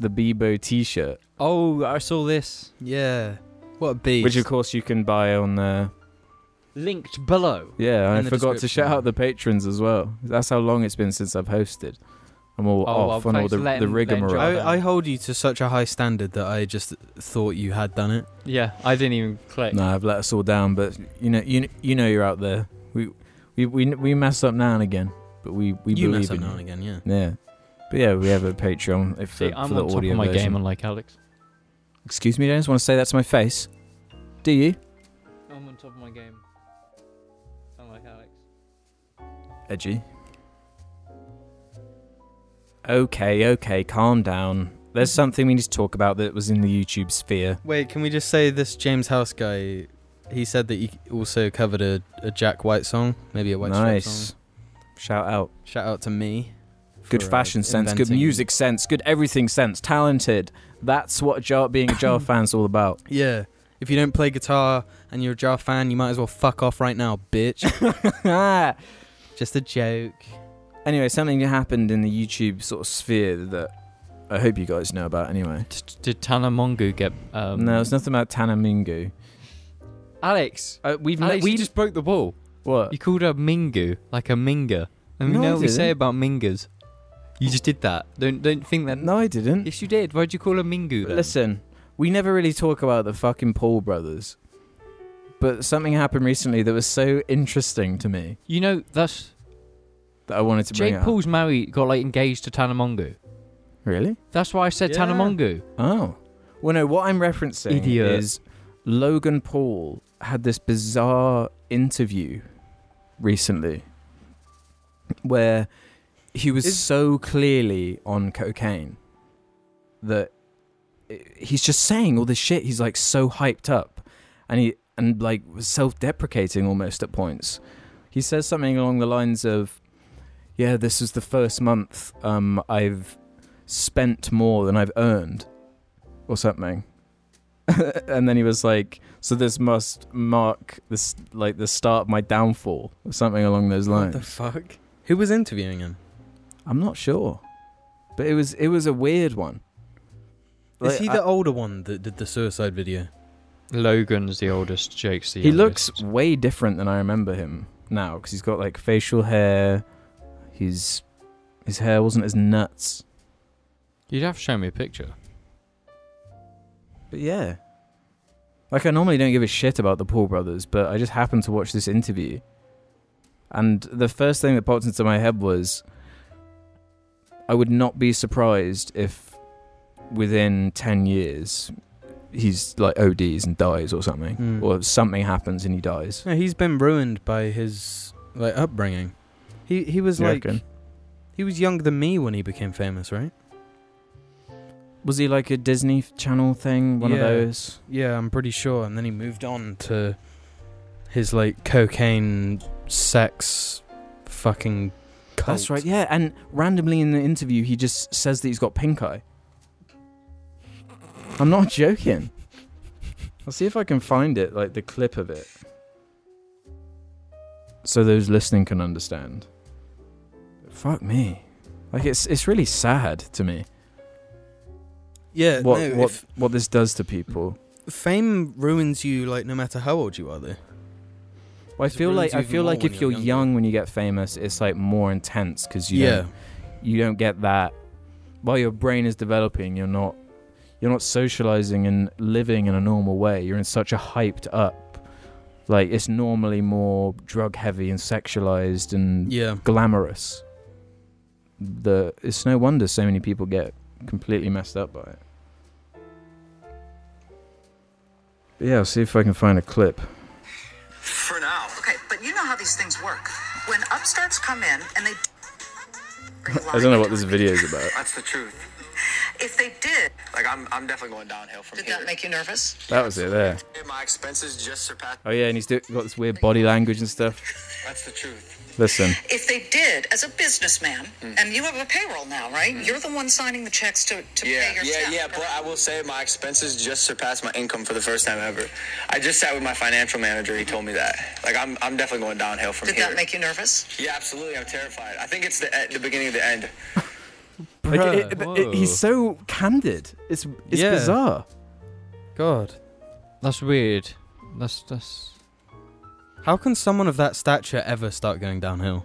[SPEAKER 1] the Bebo t-shirt,
[SPEAKER 3] Oh, I saw this.
[SPEAKER 2] Yeah. What a beast.
[SPEAKER 1] which of course you can buy on uh,
[SPEAKER 3] Linked below.
[SPEAKER 1] Yeah, and
[SPEAKER 2] in
[SPEAKER 1] I
[SPEAKER 2] the
[SPEAKER 1] forgot to
[SPEAKER 2] description.
[SPEAKER 1] shout out the patrons as well. That's how long it's been since I've hosted. I'm all
[SPEAKER 3] Oh,
[SPEAKER 1] off
[SPEAKER 3] well,
[SPEAKER 1] on all
[SPEAKER 3] thanks
[SPEAKER 1] the,
[SPEAKER 3] for letting-
[SPEAKER 1] the
[SPEAKER 3] letting
[SPEAKER 1] rigmarole.
[SPEAKER 3] Jarl-
[SPEAKER 2] I, I hold you to such a high standard that I just thought you had done it.
[SPEAKER 3] Yeah, I didn't even click.
[SPEAKER 1] no, I've let us all down, but you know, you you know, you're out there. We we we, we mess up now and again, but we we
[SPEAKER 2] you
[SPEAKER 1] believe
[SPEAKER 2] mess up
[SPEAKER 1] in
[SPEAKER 2] now and
[SPEAKER 1] you.
[SPEAKER 2] again, yeah.
[SPEAKER 1] Yeah, but yeah, we have a Patreon if
[SPEAKER 3] See,
[SPEAKER 1] for,
[SPEAKER 3] I'm
[SPEAKER 1] for the
[SPEAKER 3] on top
[SPEAKER 1] audio
[SPEAKER 3] of my
[SPEAKER 1] version.
[SPEAKER 3] game, unlike Alex.
[SPEAKER 1] Excuse me, James. Want to say that to my face? Do you?
[SPEAKER 3] I'm on top of my game, unlike Alex.
[SPEAKER 1] Edgy. Okay, okay, calm down. There's something we need to talk about that was in the YouTube sphere.
[SPEAKER 2] Wait, can we just say this James House guy? He said that he also covered a, a Jack White song, maybe a White Stripes
[SPEAKER 1] nice.
[SPEAKER 2] song.
[SPEAKER 1] Shout out.
[SPEAKER 2] Shout out to me.
[SPEAKER 1] good
[SPEAKER 2] for, uh,
[SPEAKER 1] fashion sense, good
[SPEAKER 2] inventing-
[SPEAKER 1] music sense, good everything sense, talented. That's what a jar being a jar fan's all about.
[SPEAKER 2] <laughs>
[SPEAKER 1] <laughs>
[SPEAKER 2] Yeah. If you don't play guitar and you're a Jar fan, you might as well fuck off right now,
[SPEAKER 1] <laughs>
[SPEAKER 2] bitch. just a joke.
[SPEAKER 1] anyway, something happened in the YouTube sort of sphere that I hope you guys know about anyway.
[SPEAKER 3] Did Tana Mongu get? Um,
[SPEAKER 1] no, it's nothing about Tana Mingu.
[SPEAKER 3] Alex.
[SPEAKER 1] Uh, we've ne-
[SPEAKER 3] Alex,
[SPEAKER 1] we
[SPEAKER 3] you just broke the ball.
[SPEAKER 1] what?
[SPEAKER 3] You called her Mingu, like a Minga. And we
[SPEAKER 1] No, I
[SPEAKER 3] know what we say
[SPEAKER 1] didn't.
[SPEAKER 3] about Mingas. You just did that. Don't don't think that.
[SPEAKER 1] No, I didn't.
[SPEAKER 3] Yes, you did. Why'd you call her Mingu? Then?
[SPEAKER 1] Listen, we never really talk about the fucking Paul brothers. But something happened recently that was so interesting to me
[SPEAKER 3] You know that's
[SPEAKER 1] that I wanted to bring
[SPEAKER 3] Jake
[SPEAKER 1] up.
[SPEAKER 3] Paul's married, got like engaged to Tana Mongu.
[SPEAKER 1] Really?
[SPEAKER 3] That's why I said
[SPEAKER 2] Yeah.
[SPEAKER 3] Tana Mongu.
[SPEAKER 1] Oh. Well, no, what I'm referencing
[SPEAKER 3] Idiot.
[SPEAKER 1] is Logan Paul had this bizarre interview recently where he was
[SPEAKER 2] Is-
[SPEAKER 1] so clearly on cocaine that i- he's just saying all this shit. He's like so hyped up and he and like was self-deprecating almost at points. He says something along the lines of yeah, this is the first month um I've spent more than I've earned or something. <laughs> and then he was like, "So this must mark this like the start of my downfall or something along those
[SPEAKER 2] What
[SPEAKER 1] lines."
[SPEAKER 2] the fuck? Who was interviewing him?
[SPEAKER 1] I'm not sure, but it was it was a weird one.
[SPEAKER 2] Is
[SPEAKER 1] Like,
[SPEAKER 2] he
[SPEAKER 1] I-
[SPEAKER 2] the older one that did the suicide video?
[SPEAKER 3] Logan's the oldest. Jake's the.
[SPEAKER 1] he looks way different than I remember him now because he's got like facial hair. His his hair wasn't as nuts,
[SPEAKER 3] You'd have to show me a picture.
[SPEAKER 1] but yeah. Like I normally don't give a shit about the Paul brothers, but I just happened to watch this interview, and the first thing that popped into my head was, I would not be surprised if within ten years he's like ODs and dies or something,
[SPEAKER 2] Hmm.
[SPEAKER 1] or something happens and he dies.
[SPEAKER 2] No, he's been ruined by his like upbringing. He he was
[SPEAKER 1] You
[SPEAKER 2] like
[SPEAKER 1] reckon?
[SPEAKER 2] he was younger than me when he became famous, right?
[SPEAKER 1] Was he like a Disney Channel thing? One
[SPEAKER 2] Yeah.
[SPEAKER 1] of those?
[SPEAKER 2] Yeah, I'm pretty sure. And then he moved on to his like cocaine, sex, fucking. Cult.
[SPEAKER 1] That's right. Yeah, and randomly in the interview, he just says that he's got pink eye. I'm not joking. I'll see if I can find it, like the clip of it, so those listening can understand. Fuck me, like it's it's really sad to me
[SPEAKER 2] Yeah.
[SPEAKER 1] what
[SPEAKER 2] Uh, no,
[SPEAKER 1] what
[SPEAKER 2] if
[SPEAKER 1] what this does to people.
[SPEAKER 2] fame ruins you, like no matter how old you are, though.
[SPEAKER 1] Well, I
[SPEAKER 2] It
[SPEAKER 1] feel
[SPEAKER 2] ruins
[SPEAKER 1] like
[SPEAKER 2] you
[SPEAKER 1] I
[SPEAKER 2] even
[SPEAKER 1] feel
[SPEAKER 2] more
[SPEAKER 1] like
[SPEAKER 2] when
[SPEAKER 1] if
[SPEAKER 2] you're
[SPEAKER 1] you're young,
[SPEAKER 2] younger.
[SPEAKER 1] when you get famous, it's like more intense because you don't- you don't get that while your brain is developing you're not you're not socializing and living in a normal way you're in such a hyped up like it's normally more drug heavy and sexualized and
[SPEAKER 2] Yeah.
[SPEAKER 1] glamorous the it's no wonder so many people get completely messed up by it but yeah i'll see if i can find a clip
[SPEAKER 4] For now.
[SPEAKER 5] Okay, but you know how these things work. When upstarts come in and they.
[SPEAKER 1] <laughs> i don't know what this video is about
[SPEAKER 4] That's the truth.
[SPEAKER 5] If they did,
[SPEAKER 4] Like I'm, I'm definitely going downhill from
[SPEAKER 5] did
[SPEAKER 4] here.
[SPEAKER 5] that make you nervous?
[SPEAKER 1] that was it there
[SPEAKER 4] My expenses just surpassed.
[SPEAKER 1] oh yeah and he's do- got this weird body language and stuff
[SPEAKER 4] That's the truth.
[SPEAKER 1] listen
[SPEAKER 5] If they did, as a businessman,
[SPEAKER 4] Hmm.
[SPEAKER 5] and you have a payroll now, right? You're the one signing the checks to, to
[SPEAKER 4] Yeah,
[SPEAKER 5] pay your
[SPEAKER 4] yeah,
[SPEAKER 5] staff.
[SPEAKER 4] yeah. But I will say my expenses just surpassed my income for the first time ever. I just sat with my financial manager. He told me that. Like I'm, I'm definitely going downhill from
[SPEAKER 5] Did
[SPEAKER 4] here.
[SPEAKER 5] that make you nervous?
[SPEAKER 4] yeah, absolutely. I'm terrified. I think it's the, e- the beginning of the end.
[SPEAKER 1] Like,
[SPEAKER 2] Bruh.
[SPEAKER 1] it- it- it- he's so candid. It's it's
[SPEAKER 2] Yeah.
[SPEAKER 1] bizarre.
[SPEAKER 2] God.
[SPEAKER 3] That's weird. That's that's
[SPEAKER 2] How can someone of that stature ever start going downhill?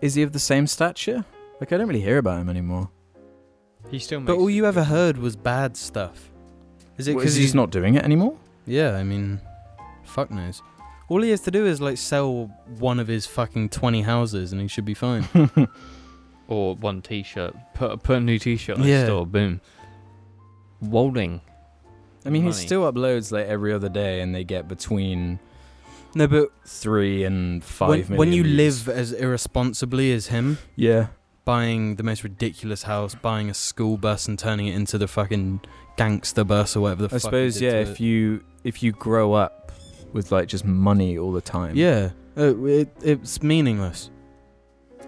[SPEAKER 1] Is he of the same stature? Like I don't really hear about him anymore.
[SPEAKER 3] he still.
[SPEAKER 2] But all you ever heard was bad stuff. Is it
[SPEAKER 1] Because
[SPEAKER 2] because
[SPEAKER 1] he's
[SPEAKER 2] he's
[SPEAKER 1] not doing it anymore.
[SPEAKER 2] Yeah, I mean, fuck knows. All he has to do is like sell one of his fucking twenty houses, and he should be
[SPEAKER 1] <laughs>
[SPEAKER 2] fine.
[SPEAKER 3] or one T-shirt. Put put a new T-shirt in
[SPEAKER 2] Yeah.
[SPEAKER 3] the store. Boom. Wolding.
[SPEAKER 1] I mean, he
[SPEAKER 3] Money.
[SPEAKER 1] still uploads like every other day, and they get between
[SPEAKER 2] no, but
[SPEAKER 1] three and five
[SPEAKER 2] when,
[SPEAKER 1] million.
[SPEAKER 2] when you
[SPEAKER 1] views.
[SPEAKER 2] live as irresponsibly as him,
[SPEAKER 1] yeah,
[SPEAKER 2] buying the most ridiculous house, buying a school bus, and turning it into the fucking gangster bus or whatever the
[SPEAKER 1] I
[SPEAKER 2] fuck.
[SPEAKER 1] suppose yeah. If you if you grow up with like just money all the time,
[SPEAKER 2] yeah, uh, it, it's meaningless.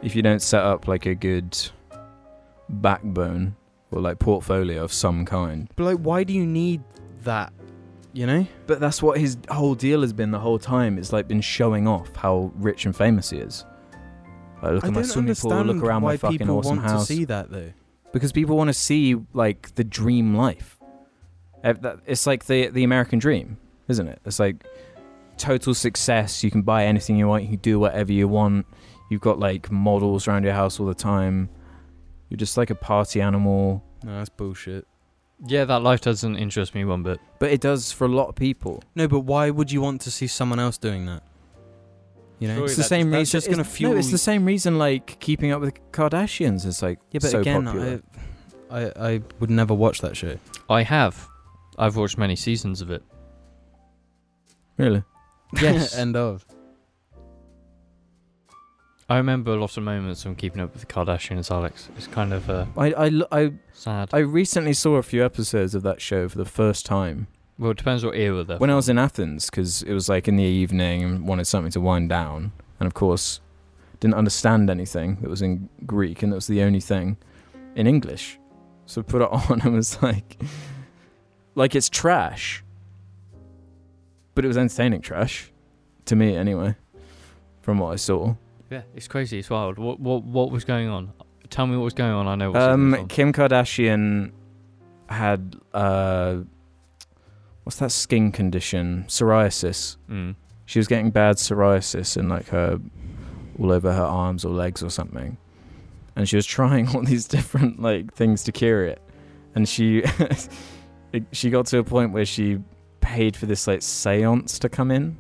[SPEAKER 1] If you don't set up like a good backbone or like portfolio of some kind,
[SPEAKER 2] But like, why do you need that? You know?
[SPEAKER 1] But that's what his whole deal has been the whole time. It's like been showing off how rich and famous he is. Like, look
[SPEAKER 2] I
[SPEAKER 1] at my
[SPEAKER 2] don't
[SPEAKER 1] swimming pool.
[SPEAKER 2] understand
[SPEAKER 1] Look around
[SPEAKER 2] why
[SPEAKER 1] my fucking
[SPEAKER 2] people
[SPEAKER 1] awesome
[SPEAKER 2] want
[SPEAKER 1] house.
[SPEAKER 2] to see that though.
[SPEAKER 1] Because people want to see like the dream life. Eh, that- It's like the the American dream, isn't it? It's like total success. You can buy anything you want. You can do whatever you want. You've got like models around your house all the time. You're just like a party animal.
[SPEAKER 2] No, that's bullshit.
[SPEAKER 3] Yeah, that life doesn't interest me one bit.
[SPEAKER 1] But it does for a lot of people.
[SPEAKER 2] No, but why would you want to see someone else doing that? You know,
[SPEAKER 3] Surely
[SPEAKER 1] It's the
[SPEAKER 3] That's-
[SPEAKER 1] same
[SPEAKER 2] that's
[SPEAKER 1] reason.
[SPEAKER 2] just gonna
[SPEAKER 1] it's-
[SPEAKER 2] fuel
[SPEAKER 1] No, it's the same reason. Like keeping up with the Kardashians is like
[SPEAKER 2] yeah, but
[SPEAKER 1] so
[SPEAKER 2] again,
[SPEAKER 1] popular.
[SPEAKER 2] I, I I would never watch
[SPEAKER 1] <laughs>
[SPEAKER 2] that show.
[SPEAKER 3] I have. I've watched many seasons of it.
[SPEAKER 1] really,
[SPEAKER 3] Yes.
[SPEAKER 2] end of.
[SPEAKER 3] I remember a lot of moments from Keeping Up with the Kardashians, Alex. It's kind of uh,
[SPEAKER 1] I, I l- I-
[SPEAKER 3] sad.
[SPEAKER 1] I recently saw a few episodes of that show for the first time
[SPEAKER 3] well, it depends what era though.
[SPEAKER 1] when I was in Athens because it was like in the evening and wanted something to wind down, and of course, didn't understand anything that was in Greek, and that was the only thing in English. So I put it <laughs> on and was like, like it's trash, but it was entertaining trash to me anyway, from what I saw.
[SPEAKER 3] Yeah, it's crazy. It's wild. What what what was going on? Tell me what was going on. I know. What's
[SPEAKER 1] Um, Kim Kardashian had uh, what's that skin condition? Psoriasis.
[SPEAKER 3] mm.
[SPEAKER 1] She was getting bad psoriasis in like her all over her arms or legs or something, and she was trying all these different like things to cure it, and she <laughs> it- she got to a point where she paid for this like seance to come in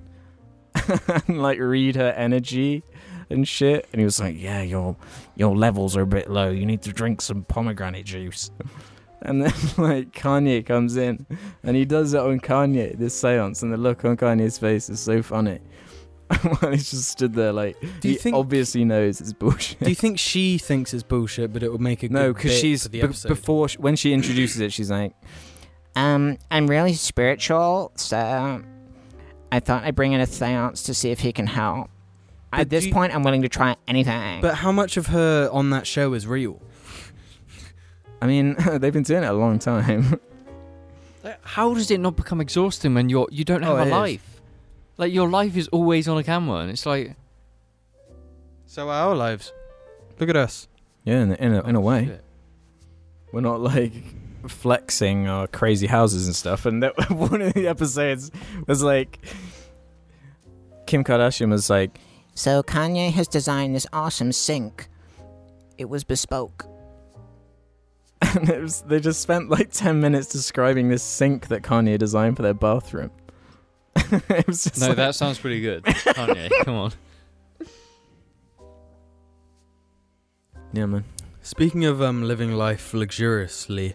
[SPEAKER 1] <laughs> and like read her energy and shit and he was like yeah your your levels are a bit low you need to drink some pomegranate juice <laughs> and then <laughs> like kanye comes in and he does it on kanye this seance and the look on kanye's face is so funny <laughs> While he's just stood there like
[SPEAKER 2] Do
[SPEAKER 1] he
[SPEAKER 2] you think-
[SPEAKER 1] obviously knows it's
[SPEAKER 2] <laughs>
[SPEAKER 1] bullshit.
[SPEAKER 2] Do you think she thinks it's bullshit, but it would make a
[SPEAKER 1] no,
[SPEAKER 2] because
[SPEAKER 1] because she's
[SPEAKER 2] the
[SPEAKER 1] be-
[SPEAKER 2] episode?
[SPEAKER 1] before sh when she introduces it, she's like,
[SPEAKER 6] Um, I'm really spiritual, so I thought I'd bring in a seance to see if he can help.
[SPEAKER 2] But
[SPEAKER 6] At this
[SPEAKER 2] do you-
[SPEAKER 6] point, I'm willing to try anything.
[SPEAKER 2] But how much of her on that show is real?
[SPEAKER 1] I mean, <laughs> they've been doing it a long time. <laughs>
[SPEAKER 3] How does it not become exhausting when you're you don't
[SPEAKER 2] Oh,
[SPEAKER 3] have
[SPEAKER 2] it
[SPEAKER 3] a
[SPEAKER 2] is.
[SPEAKER 3] life? Like your life is always on a camera, and it's like
[SPEAKER 2] So are our lives. Look at us.
[SPEAKER 1] yeah, in, a- in, a, in a way,
[SPEAKER 3] shit.
[SPEAKER 1] we're not like flexing our crazy houses and stuff. And that, <laughs> one of the episodes was like Kim Kardashian was like,
[SPEAKER 6] so Kanye has designed this awesome sink. It was bespoke.
[SPEAKER 1] and it was, <laughs> they just spent like 10 minutes describing this sink that Kanye designed for their bathroom. <laughs> it was just
[SPEAKER 3] No,
[SPEAKER 1] like,
[SPEAKER 3] that sounds pretty <laughs> good. Kanye, come on.
[SPEAKER 1] Yeah, man.
[SPEAKER 2] Speaking of um, living life luxuriously,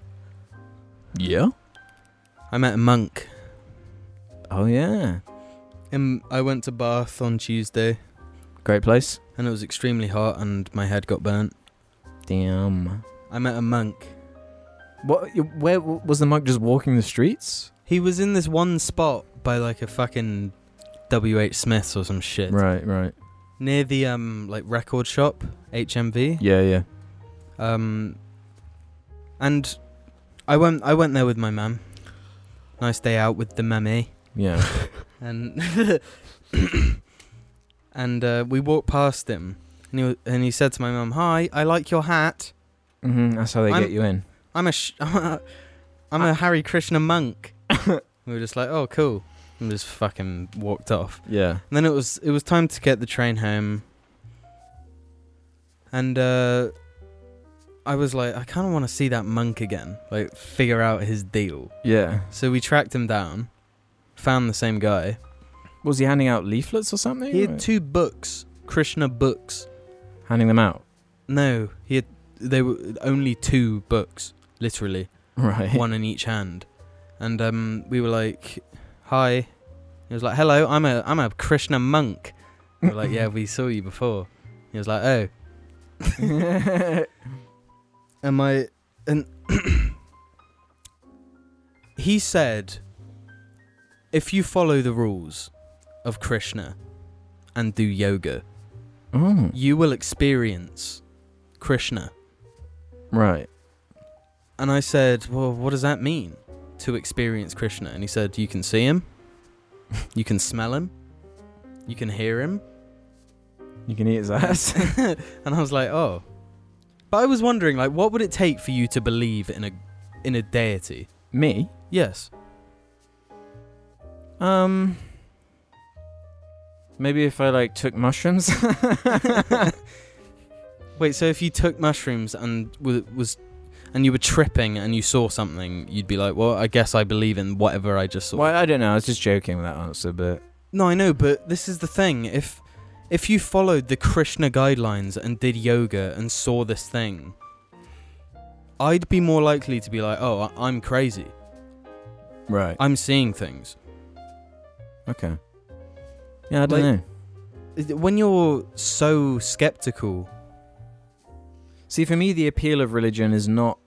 [SPEAKER 1] Yeah?
[SPEAKER 2] I met a monk.
[SPEAKER 1] Oh, yeah.
[SPEAKER 2] And I went to Bath on Tuesday,
[SPEAKER 1] Great place.
[SPEAKER 2] and it was extremely hot, and my head got burnt.
[SPEAKER 1] Damn.
[SPEAKER 2] I met a monk.
[SPEAKER 1] What? you- Where w- was the monk just walking the streets?
[SPEAKER 2] He was in this one spot by like a fucking W.H. Smith's or some shit.
[SPEAKER 1] Right, right.
[SPEAKER 2] Near the um like record shop, HMV.
[SPEAKER 1] Yeah, yeah.
[SPEAKER 2] Um and I went I went there with my mum. Nice day out with the mummy.
[SPEAKER 1] Yeah.
[SPEAKER 2] And <coughs> and uh, we walked past him and he wa- and he said to my mum, "Hi, I like your hat.
[SPEAKER 1] hmm that's how they
[SPEAKER 2] I'm-
[SPEAKER 1] get you in.
[SPEAKER 2] I'm a sh- <laughs> I'm a, I'm a Harry Krishna monk." <coughs> we were just like, "Oh, cool." And just fucking walked off.
[SPEAKER 1] Yeah.
[SPEAKER 2] And then it was it was time to get the train home. And uh I was like, I kinda wanna see that monk again. Like figure out his deal.
[SPEAKER 1] Yeah.
[SPEAKER 2] So we tracked him down, found the same guy.
[SPEAKER 1] Was he handing out leaflets or something?
[SPEAKER 2] He
[SPEAKER 1] Or-
[SPEAKER 2] had two books, Krishna books.
[SPEAKER 1] handing them out.
[SPEAKER 2] No, he had they were only two books, literally.
[SPEAKER 1] Right.
[SPEAKER 2] one in each hand. And um, we were like, "Hi." He was like, "Hello, I'm a I'm a Krishna monk." We were like, "Yeah, we saw you before." He was like, "Oh." and my and <coughs> he said, "If you follow the rules of Krishna and do yoga,
[SPEAKER 1] <laughs> Oh,
[SPEAKER 2] you will experience Krishna."
[SPEAKER 1] right.
[SPEAKER 2] And I said, Well, what does that mean to experience Krishna? And he said, You can see him, you can smell him, you can hear him. <laughs>
[SPEAKER 1] You can eat his ass. <laughs>
[SPEAKER 2] and I was like, Oh. But I was wondering, like, what would it take for you to believe in a in a deity?
[SPEAKER 1] Me?
[SPEAKER 2] Yes.
[SPEAKER 1] Um. Maybe if I like took mushrooms. <laughs>
[SPEAKER 2] Wait, so if you took mushrooms and wa- was and you were tripping and you saw something, you'd be like, Well, I guess I believe in whatever I just saw.
[SPEAKER 1] well, I don't know. I was just joking with that answer, but
[SPEAKER 2] No, I know, but this is the thing. If if you followed the Krishna guidelines and did yoga and saw this thing, I'd be more likely to be like, "Oh, I- I'm crazy.
[SPEAKER 1] right.
[SPEAKER 2] I'm seeing things."
[SPEAKER 1] Okay. Yeah, I don't
[SPEAKER 2] Like-
[SPEAKER 1] know.
[SPEAKER 2] Is it- When you're so skeptical,
[SPEAKER 1] See, for me, the appeal of religion is not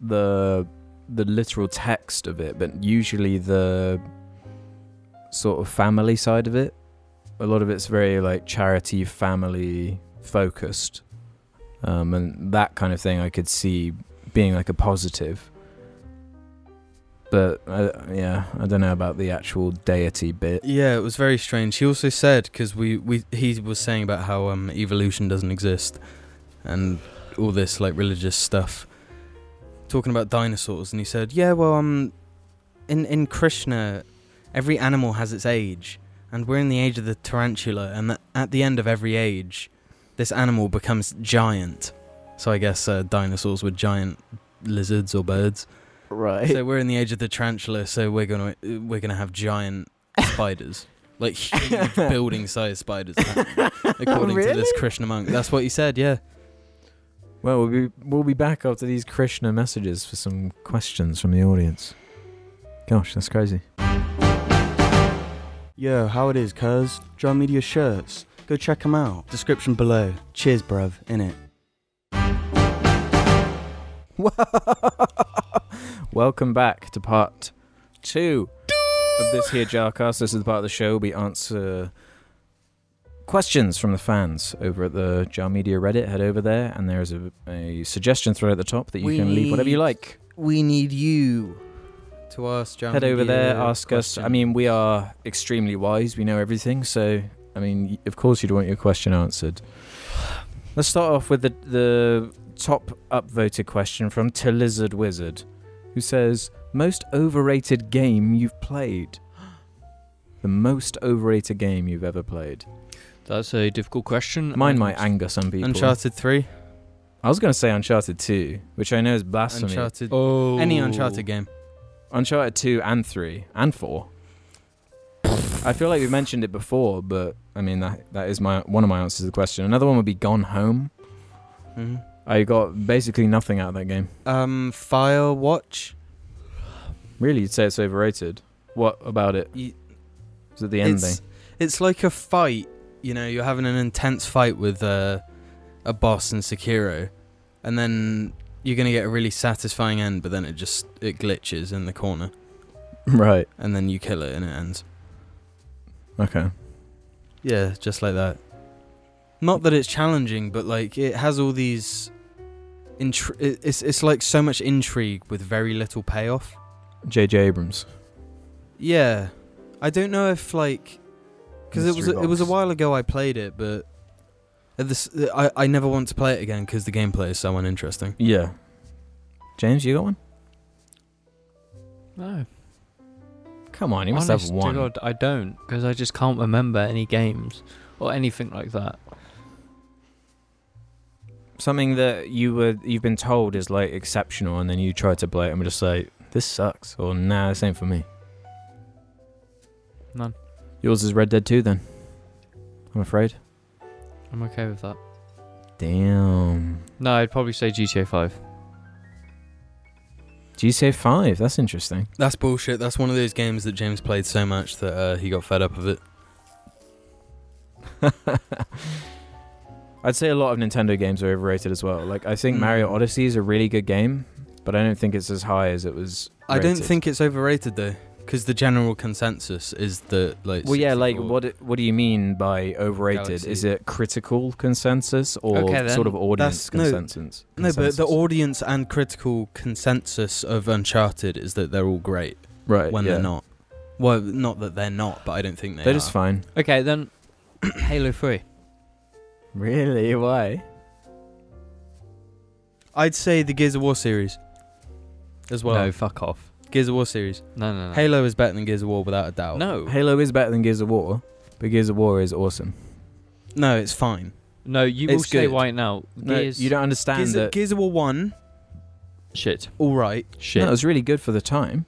[SPEAKER 1] the the literal text of it, but usually the sort of family side of it. A lot of it's very like charity, family focused, um, and that kind of thing. I could see being like a positive, but I, yeah, I don't know about the actual deity bit.
[SPEAKER 2] yeah, it was very strange. He also said because we, we he was saying about how um, evolution doesn't exist and all this like religious stuff, talking about dinosaurs, and he said, "Yeah, well, um, in in Krishna, every animal has its age, and we're in the age of the tarantula, and th- at the end of every age, this animal becomes giant. So I guess uh, dinosaurs were giant lizards or birds.
[SPEAKER 1] Right.
[SPEAKER 2] So we're in the age of the tarantula, so we're gonna uh, we're gonna have giant spiders, like huge building-sized spiders, according to this Krishna monk. That's what he said. Yeah.
[SPEAKER 1] Well, we'll be we'll be back after these Krishna messages for some questions from the audience. Gosh, that's crazy.
[SPEAKER 7] Yo, how it is, cuz? Dry Media shirts. Go check them out. Description below. Cheers, bruv. In it.
[SPEAKER 1] <laughs> Welcome back to part two of this here Jarcast. This is the part of the show we answer questions from the fans over at the Jar Media Reddit. Head over there, and there's a, a suggestion thread at the top that you
[SPEAKER 6] We
[SPEAKER 1] can leave whatever you like.
[SPEAKER 6] We need you.
[SPEAKER 2] To ask Jam
[SPEAKER 1] Head over
[SPEAKER 2] Media
[SPEAKER 1] there, ask us. I
[SPEAKER 2] question.
[SPEAKER 1] mean, we are extremely wise. We know everything, so I mean, y- of course, you'd want your question answered. Let's start off with the the top upvoted question from To Lizard Wizard, who says, "Most overrated game you've played." <gasps> The most overrated game you've ever played.
[SPEAKER 3] That's a difficult question.
[SPEAKER 1] Mine might anger some people.
[SPEAKER 2] Uncharted 3.
[SPEAKER 1] I was going to say Uncharted 2, which I know is blasphemy. Uncharted,
[SPEAKER 2] Uncharted.
[SPEAKER 3] Oh,
[SPEAKER 2] Any Uncharted game.
[SPEAKER 1] 2 and 3 and 4. I feel like we mentioned it before, but I mean that that is my one of my answers to the question. Another one would be Gone Home.
[SPEAKER 2] hmm
[SPEAKER 1] I got basically nothing out of that game.
[SPEAKER 2] Um, Firewatch.
[SPEAKER 1] Really, you'd say it's overrated. What about it?
[SPEAKER 2] You-
[SPEAKER 1] Is it the ending?
[SPEAKER 2] It's, it's like a fight. You know, you're having an intense fight with uh, a boss in Sekiro, and then you're gonna get a really satisfying end, but then it just it glitches in the corner,
[SPEAKER 1] <laughs> Right.
[SPEAKER 2] and then you kill it and it ends.
[SPEAKER 1] Okay.
[SPEAKER 2] Yeah, just like that. Not that it's challenging, but like it has all these. Intri- it- it's it's like so much intrigue with very little payoff.
[SPEAKER 1] J.J. Abrams.
[SPEAKER 2] Yeah, I don't know if like because it was
[SPEAKER 1] Mystery
[SPEAKER 2] it was a
[SPEAKER 1] box.
[SPEAKER 2] while ago I played it, but at this I I never want to play it again because the gameplay is so uninteresting.
[SPEAKER 1] Yeah. James, you got one?
[SPEAKER 3] Oh. No.
[SPEAKER 1] Come on, you must have
[SPEAKER 3] Honest to
[SPEAKER 1] one.
[SPEAKER 3] God, I don't, because I just can't remember any games or anything like that.
[SPEAKER 1] something that you were you've been told is like exceptional and then you try to play it and we're just like this sucks or nah this ain't for me
[SPEAKER 3] None.
[SPEAKER 1] yours is red dead 2 then i'm afraid
[SPEAKER 3] I'm okay with that.
[SPEAKER 1] damn
[SPEAKER 3] No, I'd probably say GTA 5.
[SPEAKER 1] gta 5 that's interesting <laughs>
[SPEAKER 2] That's bullshit. That's one of those games that James played so much that uh, he got fed up of it.
[SPEAKER 1] i'd say a lot of nintendo games are overrated as well like i think
[SPEAKER 2] Mm.
[SPEAKER 1] mario odyssey is a really good game but i don't think it's as high as it was
[SPEAKER 2] I don't
[SPEAKER 1] rated.
[SPEAKER 2] think it's overrated though, because the general consensus is that like.
[SPEAKER 1] well yeah like
[SPEAKER 2] 64
[SPEAKER 1] what what do you mean by overrated
[SPEAKER 2] Galaxy.
[SPEAKER 1] is it critical consensus or
[SPEAKER 3] Okay, then.
[SPEAKER 1] sort of audience
[SPEAKER 2] That's- no.
[SPEAKER 1] consensus
[SPEAKER 2] No, but the
[SPEAKER 1] consensus?
[SPEAKER 2] audience and critical consensus of Uncharted is that they're all great
[SPEAKER 1] right
[SPEAKER 2] when
[SPEAKER 1] Uh, yeah.
[SPEAKER 2] they're not. Well, not that they're not, but I don't think they
[SPEAKER 1] They're
[SPEAKER 2] are.
[SPEAKER 1] just fine.
[SPEAKER 3] Okay, <coughs> then Halo 3.
[SPEAKER 1] Really? Why?
[SPEAKER 2] I'd say the Gears of War series as well.
[SPEAKER 3] no, fuck off.
[SPEAKER 2] Gears of War series.
[SPEAKER 3] No, no, no.
[SPEAKER 2] Halo is better than Gears of War without a doubt.
[SPEAKER 3] No.
[SPEAKER 1] Halo is better than Gears of War, but Gears of War is awesome.
[SPEAKER 2] No, it's fine.
[SPEAKER 3] No, you will
[SPEAKER 2] It's
[SPEAKER 3] say
[SPEAKER 2] good.
[SPEAKER 3] right now.
[SPEAKER 1] No,
[SPEAKER 3] Gears.
[SPEAKER 1] you don't understand
[SPEAKER 2] Gears of,
[SPEAKER 1] that.
[SPEAKER 2] Gears of War 1,
[SPEAKER 3] Shit.
[SPEAKER 2] all right.
[SPEAKER 3] Shit.
[SPEAKER 1] No, it was really good for the time.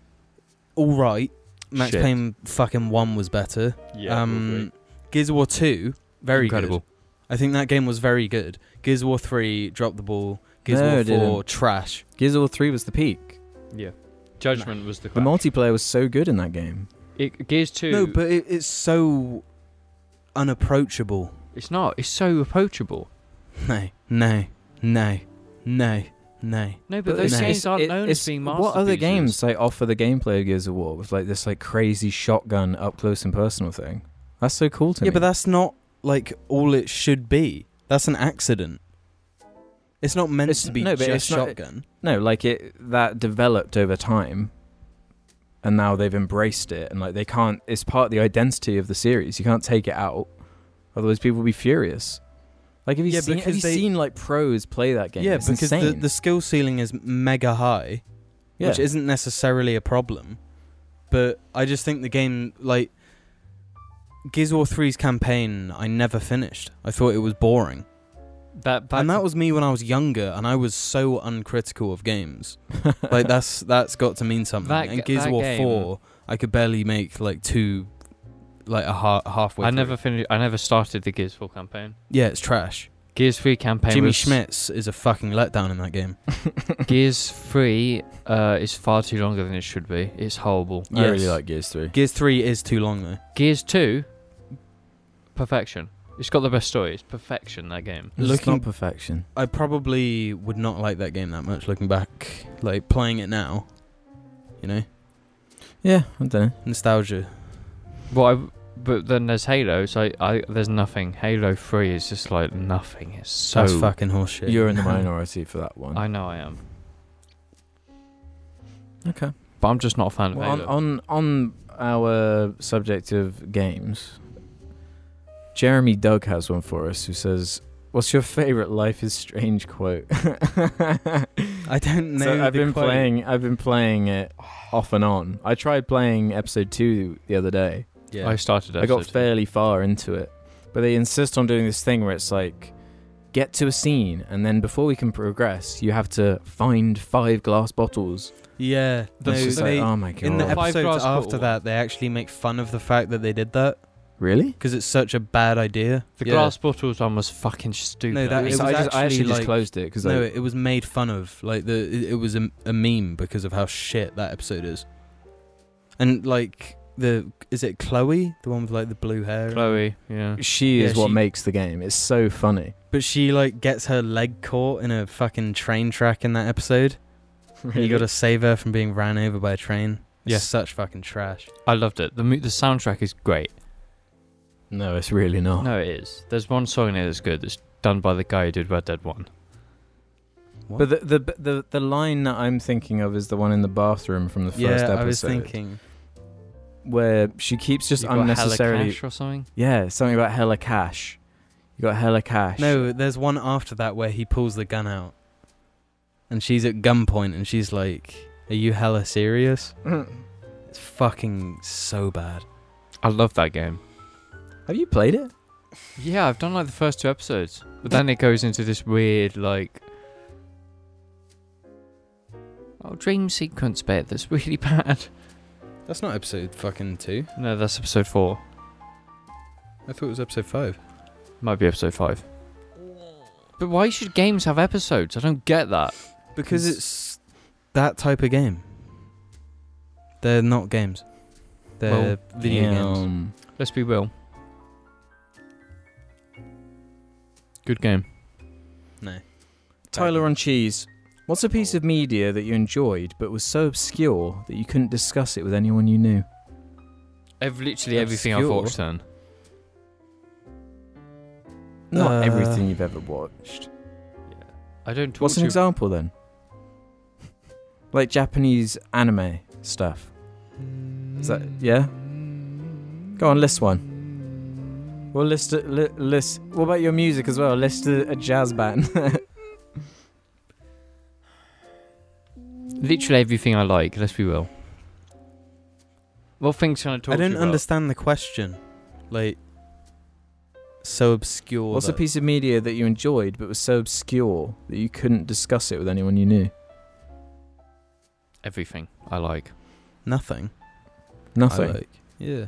[SPEAKER 2] All right. Max
[SPEAKER 1] Shit.
[SPEAKER 2] Payne fucking 1 was better. um, Gears of War 2, very
[SPEAKER 3] Incredible.
[SPEAKER 2] good. I think that game was very good. Gears of War 3, dropped the ball. Gears
[SPEAKER 1] No,
[SPEAKER 2] of
[SPEAKER 1] it
[SPEAKER 2] War 4,
[SPEAKER 1] didn't.
[SPEAKER 2] trash.
[SPEAKER 1] Gears of War 3 was the peak.
[SPEAKER 3] Yeah. Judgment was the.
[SPEAKER 1] The multiplayer was so good in that game.
[SPEAKER 3] It, Gears 2.
[SPEAKER 2] No, but it, it's so unapproachable. <laughs>
[SPEAKER 3] It's not. It's so approachable.
[SPEAKER 2] No, no, no, no, no.
[SPEAKER 3] No, but, those
[SPEAKER 2] it's-
[SPEAKER 3] games aren't known as being masterpieces.
[SPEAKER 1] What other games like offer the gameplay of Gears of War with like this like crazy shotgun up close and personal thing? That's so cool to
[SPEAKER 2] Yeah,
[SPEAKER 1] me.
[SPEAKER 2] but that's not like all it should be. That's an accident. It's not meant
[SPEAKER 1] It's-
[SPEAKER 2] to be
[SPEAKER 1] no, but
[SPEAKER 2] just
[SPEAKER 1] it's not-
[SPEAKER 2] shotgun.
[SPEAKER 1] no, like it that developed over time, and now they've embraced it, and like they can't. It's part of the identity of the series. You can't take it out, otherwise people will be furious. Like have you
[SPEAKER 2] Yeah,
[SPEAKER 1] seen? Have
[SPEAKER 2] because
[SPEAKER 1] you
[SPEAKER 2] they-
[SPEAKER 1] seen like pros play that game?
[SPEAKER 2] yeah,
[SPEAKER 1] it's
[SPEAKER 2] because the,
[SPEAKER 1] insane.
[SPEAKER 2] the skill ceiling is mega high,
[SPEAKER 1] yeah.
[SPEAKER 2] which isn't necessarily a problem. But I just think the game, like Gears of War 3's campaign, I never finished. I thought it was boring,
[SPEAKER 3] That, back
[SPEAKER 2] and that was me when I was younger, and I was so uncritical of games. like
[SPEAKER 1] <laughs>
[SPEAKER 3] <laughs>
[SPEAKER 2] that's that's got to mean something.
[SPEAKER 3] That
[SPEAKER 2] and
[SPEAKER 3] g-
[SPEAKER 2] Gears of
[SPEAKER 3] that
[SPEAKER 2] War
[SPEAKER 3] game-
[SPEAKER 2] 4, I could barely make like two, like a ha- halfway.
[SPEAKER 3] I
[SPEAKER 2] through.
[SPEAKER 3] never finished. I never started the Gears 4 campaign.
[SPEAKER 2] Yeah, it's trash.
[SPEAKER 3] Gears 3 campaign
[SPEAKER 2] Jimmy
[SPEAKER 3] was-
[SPEAKER 2] Schmitz is a fucking letdown in that game.
[SPEAKER 3] Gears 3 uh, is far too longer than it should be. It's horrible.
[SPEAKER 1] I really
[SPEAKER 2] Yes.
[SPEAKER 1] like Gears 3.
[SPEAKER 2] Gears 3 is too long though.
[SPEAKER 3] Gears 2, perfection. It's got the best story. It's perfection, that game.
[SPEAKER 1] It's
[SPEAKER 2] Looking-
[SPEAKER 1] not perfection.
[SPEAKER 2] I probably would not like that game that much looking back. Like playing it now, you know,
[SPEAKER 1] Yeah, I don't know.
[SPEAKER 2] nostalgia.
[SPEAKER 3] Well, I, but then there's Halo, so I, I, there's nothing. Halo 3 is just like nothing. It's so.
[SPEAKER 2] That's fucking horseshit.
[SPEAKER 1] You're <laughs>
[SPEAKER 2] <laughs>
[SPEAKER 1] in the minority for that one.
[SPEAKER 3] I know I am.
[SPEAKER 1] Okay.
[SPEAKER 3] But I'm just not a fan of
[SPEAKER 1] Well, on,
[SPEAKER 3] Halo.
[SPEAKER 1] on on our subject of games, Jeremy Doug has one for us who says, "What's your favorite Life is Strange quote?" <laughs>
[SPEAKER 2] I don't know.
[SPEAKER 1] so I've
[SPEAKER 2] the
[SPEAKER 1] been
[SPEAKER 2] quote.
[SPEAKER 1] playing. I've been playing it off and on. I tried playing episode two the other day.
[SPEAKER 2] Yeah.
[SPEAKER 3] I started
[SPEAKER 1] I got
[SPEAKER 3] episode two.
[SPEAKER 1] fairly far into it, but they insist on doing this thing where it's like, get to a scene, and then before we can progress, you have to find five glass bottles.
[SPEAKER 2] yeah.
[SPEAKER 1] It's
[SPEAKER 2] no,
[SPEAKER 1] just
[SPEAKER 2] they-
[SPEAKER 1] like, oh my god!
[SPEAKER 2] in the
[SPEAKER 3] Five
[SPEAKER 2] episodes
[SPEAKER 3] glass
[SPEAKER 2] after
[SPEAKER 3] bottle.
[SPEAKER 2] that, they actually make fun of the fact that they did that
[SPEAKER 1] really?
[SPEAKER 2] because it's such a bad idea.
[SPEAKER 3] The
[SPEAKER 2] Yeah.
[SPEAKER 3] glass bottles one was fucking stupid.
[SPEAKER 2] No, that- It was
[SPEAKER 1] I, just, I
[SPEAKER 2] actually
[SPEAKER 1] actually
[SPEAKER 2] like-
[SPEAKER 1] just closed it because
[SPEAKER 2] No, it was made fun of. Like the, it, it was a, a meme because of how shit that episode is. And like the, is it Chloe, the one with like the blue hair?
[SPEAKER 3] Chloe, yeah.
[SPEAKER 1] she is
[SPEAKER 2] Yeah,
[SPEAKER 1] what
[SPEAKER 2] she-
[SPEAKER 1] makes the game. It's so funny.
[SPEAKER 2] But she like gets her leg caught in a fucking train track in that episode. And you got to save her from being ran over by a train. It's
[SPEAKER 3] Yeah.
[SPEAKER 2] such fucking trash.
[SPEAKER 3] I loved it. The mu- the soundtrack is great.
[SPEAKER 1] No, it's really not.
[SPEAKER 3] No, it is. There's one song in it that's good. That's done by the guy who did Red Dead One.
[SPEAKER 1] But the, the the the line that I'm thinking of is the one in the bathroom from the first
[SPEAKER 2] yeah,
[SPEAKER 1] episode,
[SPEAKER 2] I was thinking.
[SPEAKER 1] where she keeps just
[SPEAKER 3] You got
[SPEAKER 1] unnecessarily.
[SPEAKER 3] Hella Cash or something.
[SPEAKER 1] Yeah, something about hella cash. You got hella cash.
[SPEAKER 2] No, there's one after that where he pulls the gun out, and she's at gunpoint, and she's like, "Are you hella <laughs> serious?" It's fucking so bad.
[SPEAKER 3] I love that game.
[SPEAKER 1] have you played it?
[SPEAKER 3] Yeah, I've done like the first two episodes, but then it goes into this weird like. Oh, dream sequence bit that's really <laughs> bad.
[SPEAKER 2] That's not episode fucking two.
[SPEAKER 3] No, that's episode four.
[SPEAKER 2] I thought it was episode five.
[SPEAKER 3] Might be episode five. But why should games have episodes? I don't get that.
[SPEAKER 2] Because it's that type of game. They're not games. They're video games.
[SPEAKER 1] Um,
[SPEAKER 3] Let's be real. Good game.
[SPEAKER 2] No.
[SPEAKER 1] Tyler on cheese. What's a piece of media that you enjoyed but was so obscure that you couldn't discuss it with anyone you knew?
[SPEAKER 3] Ev- literally everything I've
[SPEAKER 2] Obscure.
[SPEAKER 3] watched then.
[SPEAKER 1] Not
[SPEAKER 2] Uh,
[SPEAKER 1] everything you've ever watched.
[SPEAKER 3] I don't talk
[SPEAKER 1] What's an
[SPEAKER 3] to-
[SPEAKER 1] example then? <laughs> Like Japanese anime stuff. Is that yeah? Go on, list one. Well, list a, li, list. What about your music as well? List a, a jazz band. <laughs>
[SPEAKER 3] Literally everything I like, let's be real. What things can I talk
[SPEAKER 2] I
[SPEAKER 3] to you
[SPEAKER 2] don't
[SPEAKER 3] about?
[SPEAKER 2] understand the question. Like, so obscure.
[SPEAKER 1] What's a
[SPEAKER 2] that-
[SPEAKER 1] piece of media that you enjoyed but was so obscure that you couldn't discuss it with anyone you knew?
[SPEAKER 3] Everything I like.
[SPEAKER 2] Nothing. I
[SPEAKER 1] Nothing.
[SPEAKER 2] like. Yeah.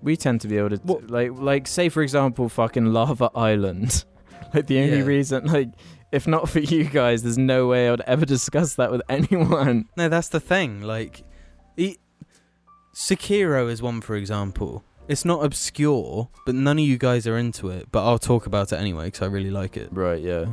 [SPEAKER 1] We tend to be able to
[SPEAKER 2] What-
[SPEAKER 1] like like say for example fucking Lava Island. <laughs> like the only
[SPEAKER 2] Yeah.
[SPEAKER 1] reason like if not for you guys, there's no way I would ever discuss that with <laughs> anyone.
[SPEAKER 2] No, that's the thing. Like, e Sekiro is one, for example. It's not obscure, but none of you guys are into it. But I'll talk about it anyway because I really like it.
[SPEAKER 1] Right, yeah.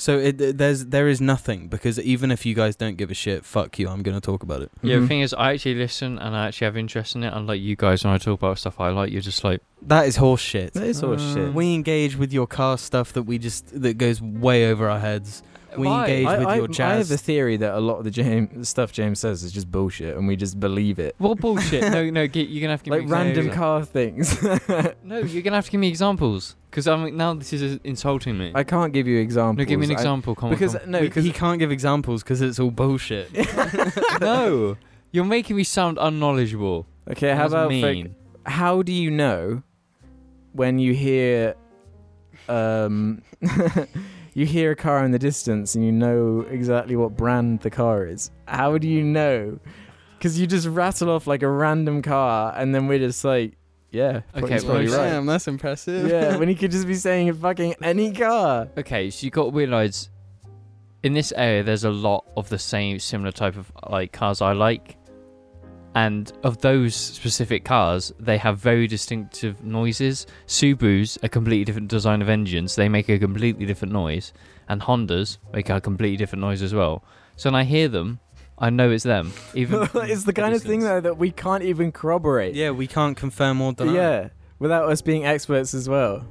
[SPEAKER 2] So it, th- there's there is nothing because even if you guys don't give a shit, fuck you. I'm gonna talk about
[SPEAKER 1] Mm-hmm.
[SPEAKER 2] it.
[SPEAKER 3] Yeah, the thing is, I actually listen and I actually have interest in it. Unlike you guys, when I talk about stuff I like, you're just like,
[SPEAKER 2] That is horseshit.
[SPEAKER 1] That is all shit.
[SPEAKER 2] We engage with your car stuff that we just that goes way over our heads. We
[SPEAKER 3] Why?
[SPEAKER 2] engage
[SPEAKER 1] I,
[SPEAKER 2] with
[SPEAKER 1] I-
[SPEAKER 2] your
[SPEAKER 1] I
[SPEAKER 2] jazz.
[SPEAKER 1] have a theory that a lot of the James the stuff James says is just bullshit, and we just believe it.
[SPEAKER 3] What
[SPEAKER 1] <laughs>
[SPEAKER 3] bullshit? no, no, gi- you're gonna have to give
[SPEAKER 1] Like
[SPEAKER 3] me
[SPEAKER 1] random
[SPEAKER 3] examples.
[SPEAKER 1] car things. <laughs>
[SPEAKER 3] No, you're gonna have to give me examples because I'm now this is insulting me.
[SPEAKER 1] I can't give you examples.
[SPEAKER 3] no, give me an
[SPEAKER 1] I-
[SPEAKER 3] example. Come on,
[SPEAKER 1] because
[SPEAKER 3] come
[SPEAKER 1] no,
[SPEAKER 2] We-
[SPEAKER 1] because
[SPEAKER 2] he can't give examples because it's all bullshit.
[SPEAKER 3] on. <laughs> no, you're making me sound unknowledgeable.
[SPEAKER 1] <laughs> okay. How
[SPEAKER 3] That's
[SPEAKER 1] about for-
[SPEAKER 3] mean?
[SPEAKER 1] how do you know when you hear um <laughs> you hear a car in the distance and you know exactly what brand the car is how do you know because you just rattle off like a random car and then we're just like Yeah.
[SPEAKER 3] Okay,
[SPEAKER 1] he's
[SPEAKER 3] well,
[SPEAKER 1] probably
[SPEAKER 3] yeah.
[SPEAKER 1] right.
[SPEAKER 2] Damn, that's impressive.
[SPEAKER 1] Yeah, when he could just be saying fucking any car. <laughs>
[SPEAKER 3] Okay, so you got to realize in this area there's a lot of the same similar type of like cars I like, and of those specific cars, they have very distinctive noises. Subarus a completely different design of engines; they make a completely different noise, and Hondas make a completely different noise as well. So when I hear them, I know it's them. Even
[SPEAKER 1] <laughs> it's the kind of thing though that we can't even corroborate.
[SPEAKER 2] Yeah, we can't confirm or deny.
[SPEAKER 1] Yeah. Without us being experts as well.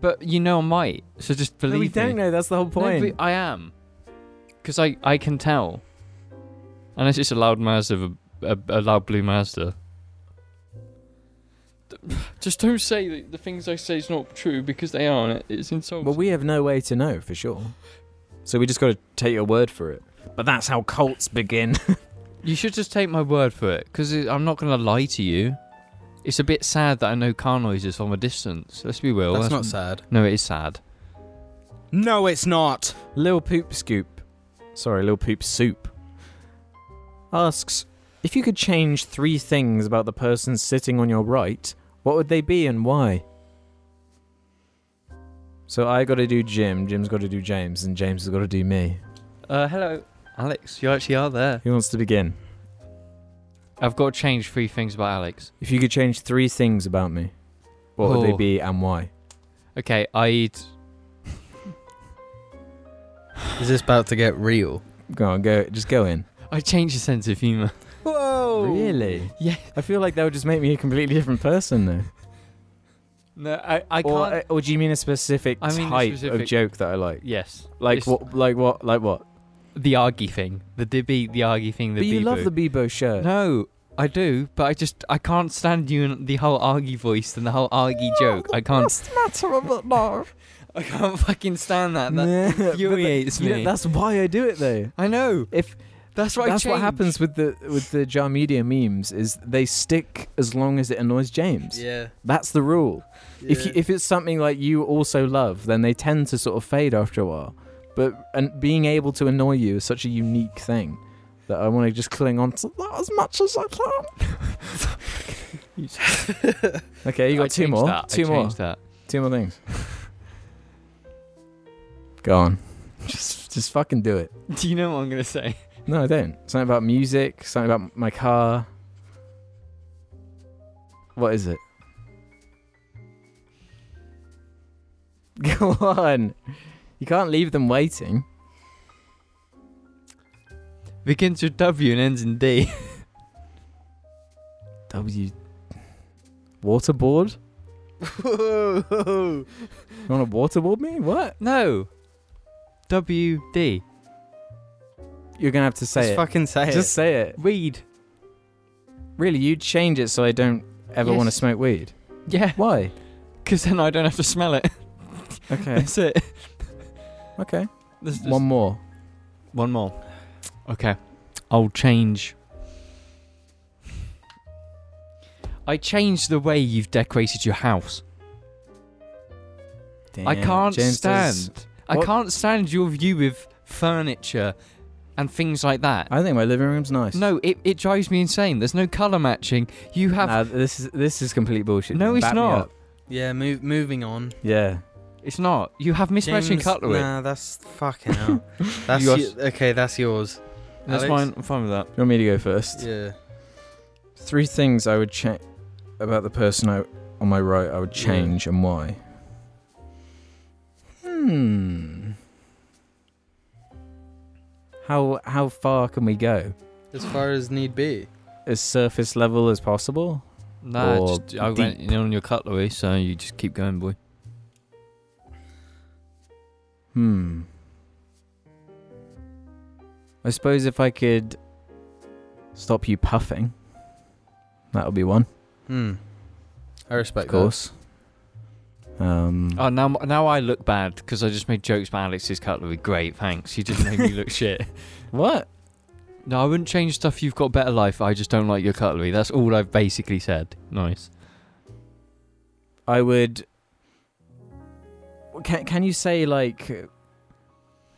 [SPEAKER 3] But you know I might, so just believe
[SPEAKER 1] No, we
[SPEAKER 3] me.
[SPEAKER 1] don't know. That's the whole
[SPEAKER 3] No,
[SPEAKER 1] point.
[SPEAKER 3] but I am, because I I can tell, and it's just a loud Mazda, a, a, a loud blue Mazda. <sighs> Just don't say that the things I say is not true because they aren't. It's insulting.
[SPEAKER 1] Well, we have no way to know for sure. So we just got to take your word for it. But that's how cults begin. <laughs>
[SPEAKER 3] you should just take my word for it because I'm not gonna lie to you. It's a bit sad that I know car noises from a distance. Let's be real.
[SPEAKER 2] That's not sad.
[SPEAKER 3] No, it is sad.
[SPEAKER 2] No, it's not.
[SPEAKER 1] Lil Poop Scoop, sorry, Lil Poop Soup, asks if you could change three things about the person sitting on your right, what would they be and why? So I got to do Jim, Jim's got to do James, and James has got to do me.
[SPEAKER 3] Uh, hello, Alex. You actually are there.
[SPEAKER 1] Who wants to begin?
[SPEAKER 3] I've got to change three things about Alex.
[SPEAKER 1] If you could change three things about me, what would they
[SPEAKER 3] Oh.
[SPEAKER 1] be and why?
[SPEAKER 3] Okay, I'd
[SPEAKER 2] Is this about to get real?
[SPEAKER 1] Go on, go, just go in.
[SPEAKER 3] I change the sense of humor.
[SPEAKER 2] Whoa!
[SPEAKER 1] Really?
[SPEAKER 3] <laughs> Yeah.
[SPEAKER 1] I feel like that would just make me a completely different person, though.
[SPEAKER 3] No, I, I
[SPEAKER 1] or, uh, or do you mean a specific
[SPEAKER 3] I mean a
[SPEAKER 1] type of
[SPEAKER 3] specific-
[SPEAKER 1] joke that I like?
[SPEAKER 3] yes.
[SPEAKER 1] Like
[SPEAKER 3] It's
[SPEAKER 1] what? Like what? Like what?
[SPEAKER 3] The Argy thing. The Dibby, the Argy thing, the
[SPEAKER 1] but you love
[SPEAKER 3] Bebo.
[SPEAKER 1] the Bebo shirt.
[SPEAKER 3] No, I do, but I just, I can't stand you and the whole Argy voice and the whole Argy joke. I can't, I can't fucking stand <laughs> that. That
[SPEAKER 1] Nah, but
[SPEAKER 3] infuriates
[SPEAKER 1] you know,
[SPEAKER 3] me.
[SPEAKER 1] that's why I do it though.
[SPEAKER 3] I know.
[SPEAKER 1] If
[SPEAKER 3] That's what I
[SPEAKER 1] that's what
[SPEAKER 3] change.
[SPEAKER 1] happens with the with the Jar Media memes is they stick as long as it annoys James.
[SPEAKER 2] Yeah.
[SPEAKER 1] That's the rule. If you, if it's something like you also love, then they tend to sort of fade after a while. But and being able to annoy you is such a unique thing that I want to just cling on to that as much as I can.
[SPEAKER 3] <laughs>
[SPEAKER 1] okay, you got
[SPEAKER 3] I
[SPEAKER 1] two
[SPEAKER 3] changed
[SPEAKER 1] more.
[SPEAKER 3] That.
[SPEAKER 1] Two
[SPEAKER 3] I
[SPEAKER 1] more.
[SPEAKER 3] <laughs> changed That.
[SPEAKER 1] Two more things. Go on. <laughs> Just just fucking do it.
[SPEAKER 3] <laughs> Do you know what I'm gonna say?
[SPEAKER 1] No, I don't. Something about music, something about my car. What is it? <laughs> Go on. You can't leave them waiting.
[SPEAKER 3] Begins with W and ends in D. <laughs>
[SPEAKER 1] W. Waterboard?
[SPEAKER 2] Whoa!
[SPEAKER 1] You want to waterboard me? What?
[SPEAKER 3] no, W D.
[SPEAKER 1] You're going to have to say
[SPEAKER 2] Just
[SPEAKER 1] it.
[SPEAKER 2] fucking say
[SPEAKER 1] Just
[SPEAKER 2] it.
[SPEAKER 1] say it.
[SPEAKER 3] Read.
[SPEAKER 1] Really, you'd change it so I don't ever want to
[SPEAKER 3] Yes.
[SPEAKER 1] smoke weed.
[SPEAKER 3] Yeah,
[SPEAKER 1] Why?
[SPEAKER 3] because then I don't have to smell it.
[SPEAKER 1] Okay.
[SPEAKER 3] <laughs> That's it.
[SPEAKER 1] okay.
[SPEAKER 3] There's <laughs> just-
[SPEAKER 1] One more.
[SPEAKER 3] One more. Okay. I'll change. I changed the way you've decorated your house. I can't
[SPEAKER 1] James
[SPEAKER 3] stand.
[SPEAKER 1] does-
[SPEAKER 3] I
[SPEAKER 1] What?
[SPEAKER 3] can't stand your view with furniture and things like that.
[SPEAKER 1] I think my living room's nice.
[SPEAKER 3] No, it, it drives me insane. There's no color matching. You have.
[SPEAKER 1] Nah, this is this is complete bullshit.
[SPEAKER 3] No, it's
[SPEAKER 1] Back me
[SPEAKER 3] not.
[SPEAKER 1] up.
[SPEAKER 2] Yeah. Move, moving on.
[SPEAKER 1] Yeah.
[SPEAKER 3] It's not. You have mismatching
[SPEAKER 2] James-
[SPEAKER 3] cutlery.
[SPEAKER 2] Nah, that's fucking
[SPEAKER 3] <laughs>
[SPEAKER 2] out. That's
[SPEAKER 3] You are-
[SPEAKER 2] y- okay. That's yours.
[SPEAKER 3] That's
[SPEAKER 2] Alex?
[SPEAKER 3] fine. I'm fine with that.
[SPEAKER 1] You want me to go first?
[SPEAKER 2] Yeah.
[SPEAKER 1] Three things I would check about the person I, on my right I would change and why. Hmm. How how far can we go?
[SPEAKER 2] As far as need be.
[SPEAKER 1] As surface level as possible?
[SPEAKER 3] Nah,
[SPEAKER 1] Or
[SPEAKER 3] just, I went in on your cutlery, so you just keep going, boy.
[SPEAKER 1] Hmm. I suppose if I could stop you puffing, that would be one.
[SPEAKER 2] Hmm. I respect.
[SPEAKER 1] of course. Um,
[SPEAKER 3] Oh, now now I look bad because I just made jokes about Alex's cutlery. Great, thanks. You just made me look <laughs> shit.
[SPEAKER 1] what?
[SPEAKER 3] No, I wouldn't change stuff. You've got better life. I just don't like your cutlery. That's all I've basically said. Nice.
[SPEAKER 1] I would. Can Can you say like,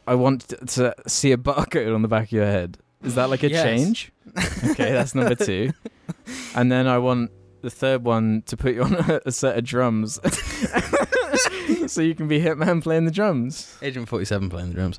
[SPEAKER 1] I want t- to see a barcode on the back of your head? Is that like a
[SPEAKER 2] Yes.
[SPEAKER 1] <laughs> change? Okay, that's number two. And then I want the third one to put you on a, a set of <laughs> drums, so you can be Hitman playing the drums.
[SPEAKER 2] Agent 47 playing the drums.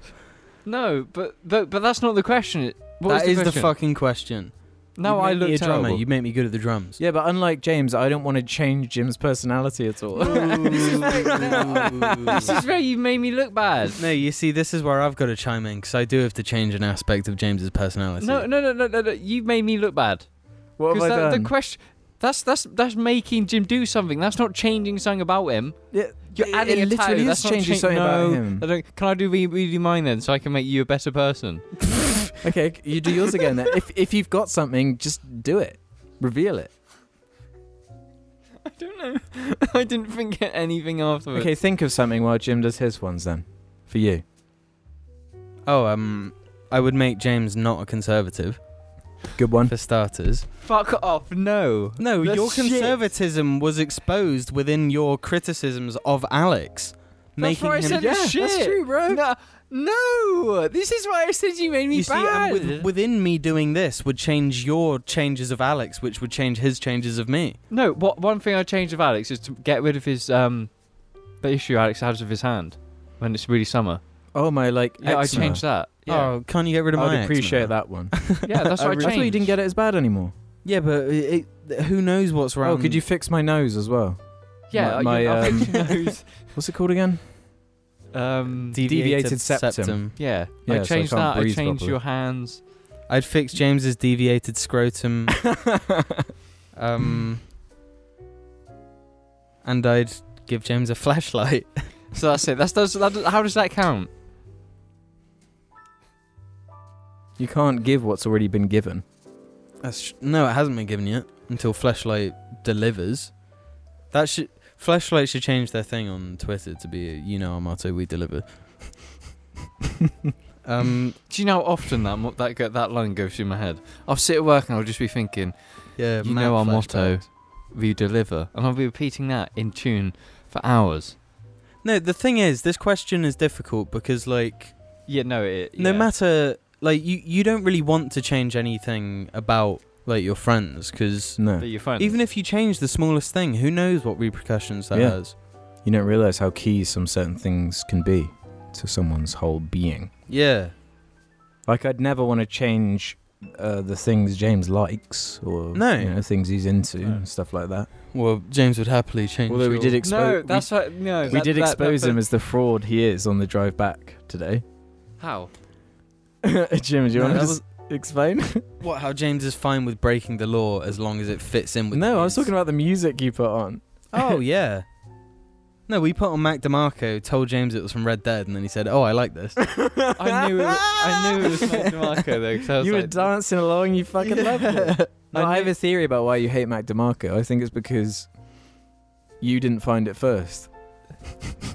[SPEAKER 3] No, but but but that's not the question. What was
[SPEAKER 2] that is the,
[SPEAKER 3] question?
[SPEAKER 2] fucking question.
[SPEAKER 3] No,
[SPEAKER 2] You
[SPEAKER 3] I
[SPEAKER 2] make me
[SPEAKER 3] looked
[SPEAKER 2] a drummer.
[SPEAKER 3] up.
[SPEAKER 2] You make me good at the drums.
[SPEAKER 1] Yeah, but unlike James, I don't want to change Jim's personality at <laughs> all.
[SPEAKER 3] This is where you made me
[SPEAKER 1] <laughs>
[SPEAKER 3] look bad.
[SPEAKER 2] no, you see, this is where I've got to chime in because I do have to change an aspect of James's personality.
[SPEAKER 3] No, no, no, no, no, no. You made me look bad.
[SPEAKER 1] what have I
[SPEAKER 3] Because that,
[SPEAKER 1] done?
[SPEAKER 3] the question, that's that's that's making Jim do something. That's not changing something about him.
[SPEAKER 1] Yeah,
[SPEAKER 3] You're
[SPEAKER 1] it-
[SPEAKER 3] adding
[SPEAKER 1] it
[SPEAKER 3] a
[SPEAKER 1] literally
[SPEAKER 3] tattoo.
[SPEAKER 1] is
[SPEAKER 3] That's not
[SPEAKER 1] changing
[SPEAKER 3] cha-
[SPEAKER 1] something about
[SPEAKER 3] no,
[SPEAKER 1] him.
[SPEAKER 3] I don't, can I do re- redo mine then, so I can make you a
[SPEAKER 1] <laughs>
[SPEAKER 3] better person?
[SPEAKER 1] Okay, c- you do yours again. Then. if if you've got something, just do it. Reveal it.
[SPEAKER 3] I don't know. <laughs> I didn't think of anything afterwards.
[SPEAKER 1] Okay, think of something while Jim does his ones then. For you.
[SPEAKER 2] Oh, um, I would make James not a conservative
[SPEAKER 1] Good one.
[SPEAKER 2] for starters.
[SPEAKER 3] Fuck off. No.
[SPEAKER 2] No,
[SPEAKER 3] That's
[SPEAKER 2] your
[SPEAKER 3] shit.
[SPEAKER 2] conservatism was exposed within your criticisms of Alex,
[SPEAKER 3] That's
[SPEAKER 2] making
[SPEAKER 3] why I
[SPEAKER 2] him.
[SPEAKER 3] said
[SPEAKER 1] Yeah,
[SPEAKER 3] shit.
[SPEAKER 1] that's true, bro.
[SPEAKER 3] No, no. This is why I said you made me
[SPEAKER 2] you see,
[SPEAKER 3] bad.
[SPEAKER 2] and with, within me doing this would change your changes of Alex, which would change his changes of me.
[SPEAKER 3] No, what one thing I changed of Alex is to get rid of his um the issue Alex has with his hand when it's really summer.
[SPEAKER 1] Oh my, like eczema.
[SPEAKER 3] Yeah, I changed that. Yeah,
[SPEAKER 2] Oh, can't you get rid of my
[SPEAKER 1] I'd
[SPEAKER 2] eczema?
[SPEAKER 1] appreciate
[SPEAKER 2] <laughs>
[SPEAKER 1] that one.
[SPEAKER 3] yeah, that's
[SPEAKER 1] I
[SPEAKER 3] what I,
[SPEAKER 1] really-
[SPEAKER 3] changed.
[SPEAKER 1] I thought you didn't get it as bad anymore.
[SPEAKER 2] Yeah, but it, it- who knows what's wrong?
[SPEAKER 1] Oh, could you fix my nose as well? My-
[SPEAKER 3] Yeah, I,
[SPEAKER 1] my,
[SPEAKER 3] I
[SPEAKER 1] um,
[SPEAKER 3] fixed your nose. <laughs>
[SPEAKER 1] What's it called again?
[SPEAKER 3] Um,
[SPEAKER 1] Deviated septum.
[SPEAKER 3] yeah,
[SPEAKER 1] Yeah, so
[SPEAKER 3] I
[SPEAKER 1] I
[SPEAKER 3] changed
[SPEAKER 1] can't
[SPEAKER 3] that. I
[SPEAKER 1] breathe
[SPEAKER 3] changed
[SPEAKER 1] properly.
[SPEAKER 3] your hands.
[SPEAKER 2] I'd fix James's deviated scrotum. um, and I'd give James a <laughs> flashlight.
[SPEAKER 3] So that's it. That's does that, does- how does that count?
[SPEAKER 1] you can't give what's already been given.
[SPEAKER 2] That's sh- no, it hasn't been given yet until flashlight delivers. That should flashlight should change their thing on Twitter to be you know our motto we deliver. um,
[SPEAKER 3] Do you know how often that mo- that go, that line goes through my head? I'll sit at work and I'll just be thinking,
[SPEAKER 2] yeah,
[SPEAKER 3] You
[SPEAKER 2] mad
[SPEAKER 3] know our
[SPEAKER 2] flashbacks.
[SPEAKER 3] motto. "We deliver," and I'll be repeating that in tune for hours.
[SPEAKER 2] No, the thing is, this question is difficult because like
[SPEAKER 3] Yeah, no, it.
[SPEAKER 2] no
[SPEAKER 3] yeah.
[SPEAKER 2] matter like you you don't really want to change anything about like your friends because
[SPEAKER 1] No,
[SPEAKER 3] But you're fine.
[SPEAKER 2] even if you change the smallest thing who knows what repercussions that
[SPEAKER 1] Yeah.
[SPEAKER 2] has
[SPEAKER 1] you don't realize how key some certain things can be to someone's whole being.
[SPEAKER 2] yeah
[SPEAKER 1] Like, I'd never want to change uh, the things James likes or
[SPEAKER 2] No.
[SPEAKER 1] you know, things he's into
[SPEAKER 3] No.
[SPEAKER 1] and stuff like that.
[SPEAKER 2] well james would happily change
[SPEAKER 1] Although we
[SPEAKER 2] your-
[SPEAKER 1] did
[SPEAKER 3] no,
[SPEAKER 1] expose,
[SPEAKER 3] that's what, no.
[SPEAKER 1] we,
[SPEAKER 3] that-
[SPEAKER 1] did
[SPEAKER 3] that- that-
[SPEAKER 1] expose him
[SPEAKER 3] that-
[SPEAKER 1] as the fraud he is on the drive back
[SPEAKER 3] <laughs>
[SPEAKER 1] today.
[SPEAKER 3] how?
[SPEAKER 1] Jim, do you
[SPEAKER 2] No,
[SPEAKER 1] want to
[SPEAKER 2] that
[SPEAKER 1] just
[SPEAKER 3] <laughs>
[SPEAKER 1] explain?
[SPEAKER 2] what how james is fine with breaking the law as long as it fits in with
[SPEAKER 1] no, I was
[SPEAKER 2] his-
[SPEAKER 1] talking about the music you put on. <laughs>
[SPEAKER 2] oh yeah no we put on mac demarco told james it was from red dead and then he said oh i like this
[SPEAKER 3] <laughs>
[SPEAKER 1] <laughs>
[SPEAKER 3] I knew it. Was, I knew it was Mac DeMarco though. 'cause I was
[SPEAKER 1] You were
[SPEAKER 3] like,
[SPEAKER 1] dancing along, you fucking loved
[SPEAKER 3] <laughs>
[SPEAKER 1] it. No,
[SPEAKER 3] I
[SPEAKER 1] I, have
[SPEAKER 3] knew-
[SPEAKER 1] a theory about why you hate Mac DeMarco. I think it's because you didn't find it first.
[SPEAKER 3] <laughs>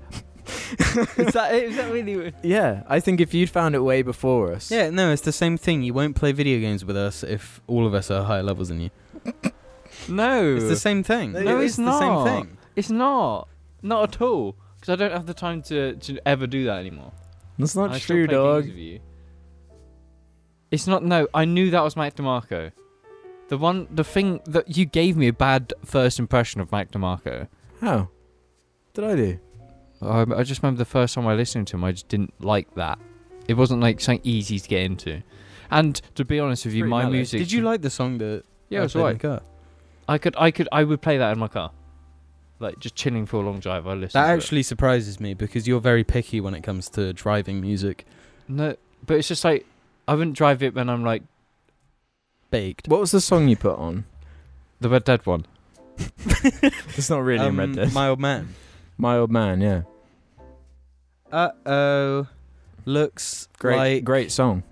[SPEAKER 3] Is that it? Is that really? what-
[SPEAKER 1] Yeah, I think if you'd found it way before us.
[SPEAKER 2] yeah no it's the same thing you won't play video games with us if all of us are higher levels than you
[SPEAKER 3] <laughs> No,
[SPEAKER 2] it's the same thing
[SPEAKER 3] No, it's
[SPEAKER 2] the
[SPEAKER 3] not.
[SPEAKER 2] same thing
[SPEAKER 3] It's not. Not at all. Because I don't have the time to, to ever do that anymore.
[SPEAKER 1] That's
[SPEAKER 3] And
[SPEAKER 1] not
[SPEAKER 3] I still
[SPEAKER 1] true,
[SPEAKER 3] play games
[SPEAKER 1] dog.
[SPEAKER 3] with you. It's not. No, I knew that was Mac DeMarco. The one, the thing that you gave me a bad first impression of Mac DeMarco.
[SPEAKER 1] How? Did I do?
[SPEAKER 3] I, I just remember the first time I listened to him, I just didn't like that. It wasn't like something easy to get into. And to be honest with you,
[SPEAKER 1] Pretty
[SPEAKER 3] my
[SPEAKER 1] mellow.
[SPEAKER 3] music.
[SPEAKER 2] did you like the song that
[SPEAKER 3] Yeah,
[SPEAKER 2] I
[SPEAKER 3] it's
[SPEAKER 2] played in
[SPEAKER 3] right.
[SPEAKER 2] the car?
[SPEAKER 3] I could, I could, I would play that in my car, like just chilling for a long drive. I listen.
[SPEAKER 2] That
[SPEAKER 3] to it.
[SPEAKER 2] actually surprises me because you're very picky when it comes to driving music.
[SPEAKER 3] no, but it's just like I wouldn't drive it when I'm like
[SPEAKER 2] Baked.
[SPEAKER 1] What was the song you put on?
[SPEAKER 3] the Red Dead one.
[SPEAKER 1] It's not really in
[SPEAKER 3] Um,
[SPEAKER 1] Red Dead. My,
[SPEAKER 2] Um, My old man.
[SPEAKER 1] old man, yeah.
[SPEAKER 2] Uh oh. Looks
[SPEAKER 1] Great,
[SPEAKER 2] like
[SPEAKER 1] great song.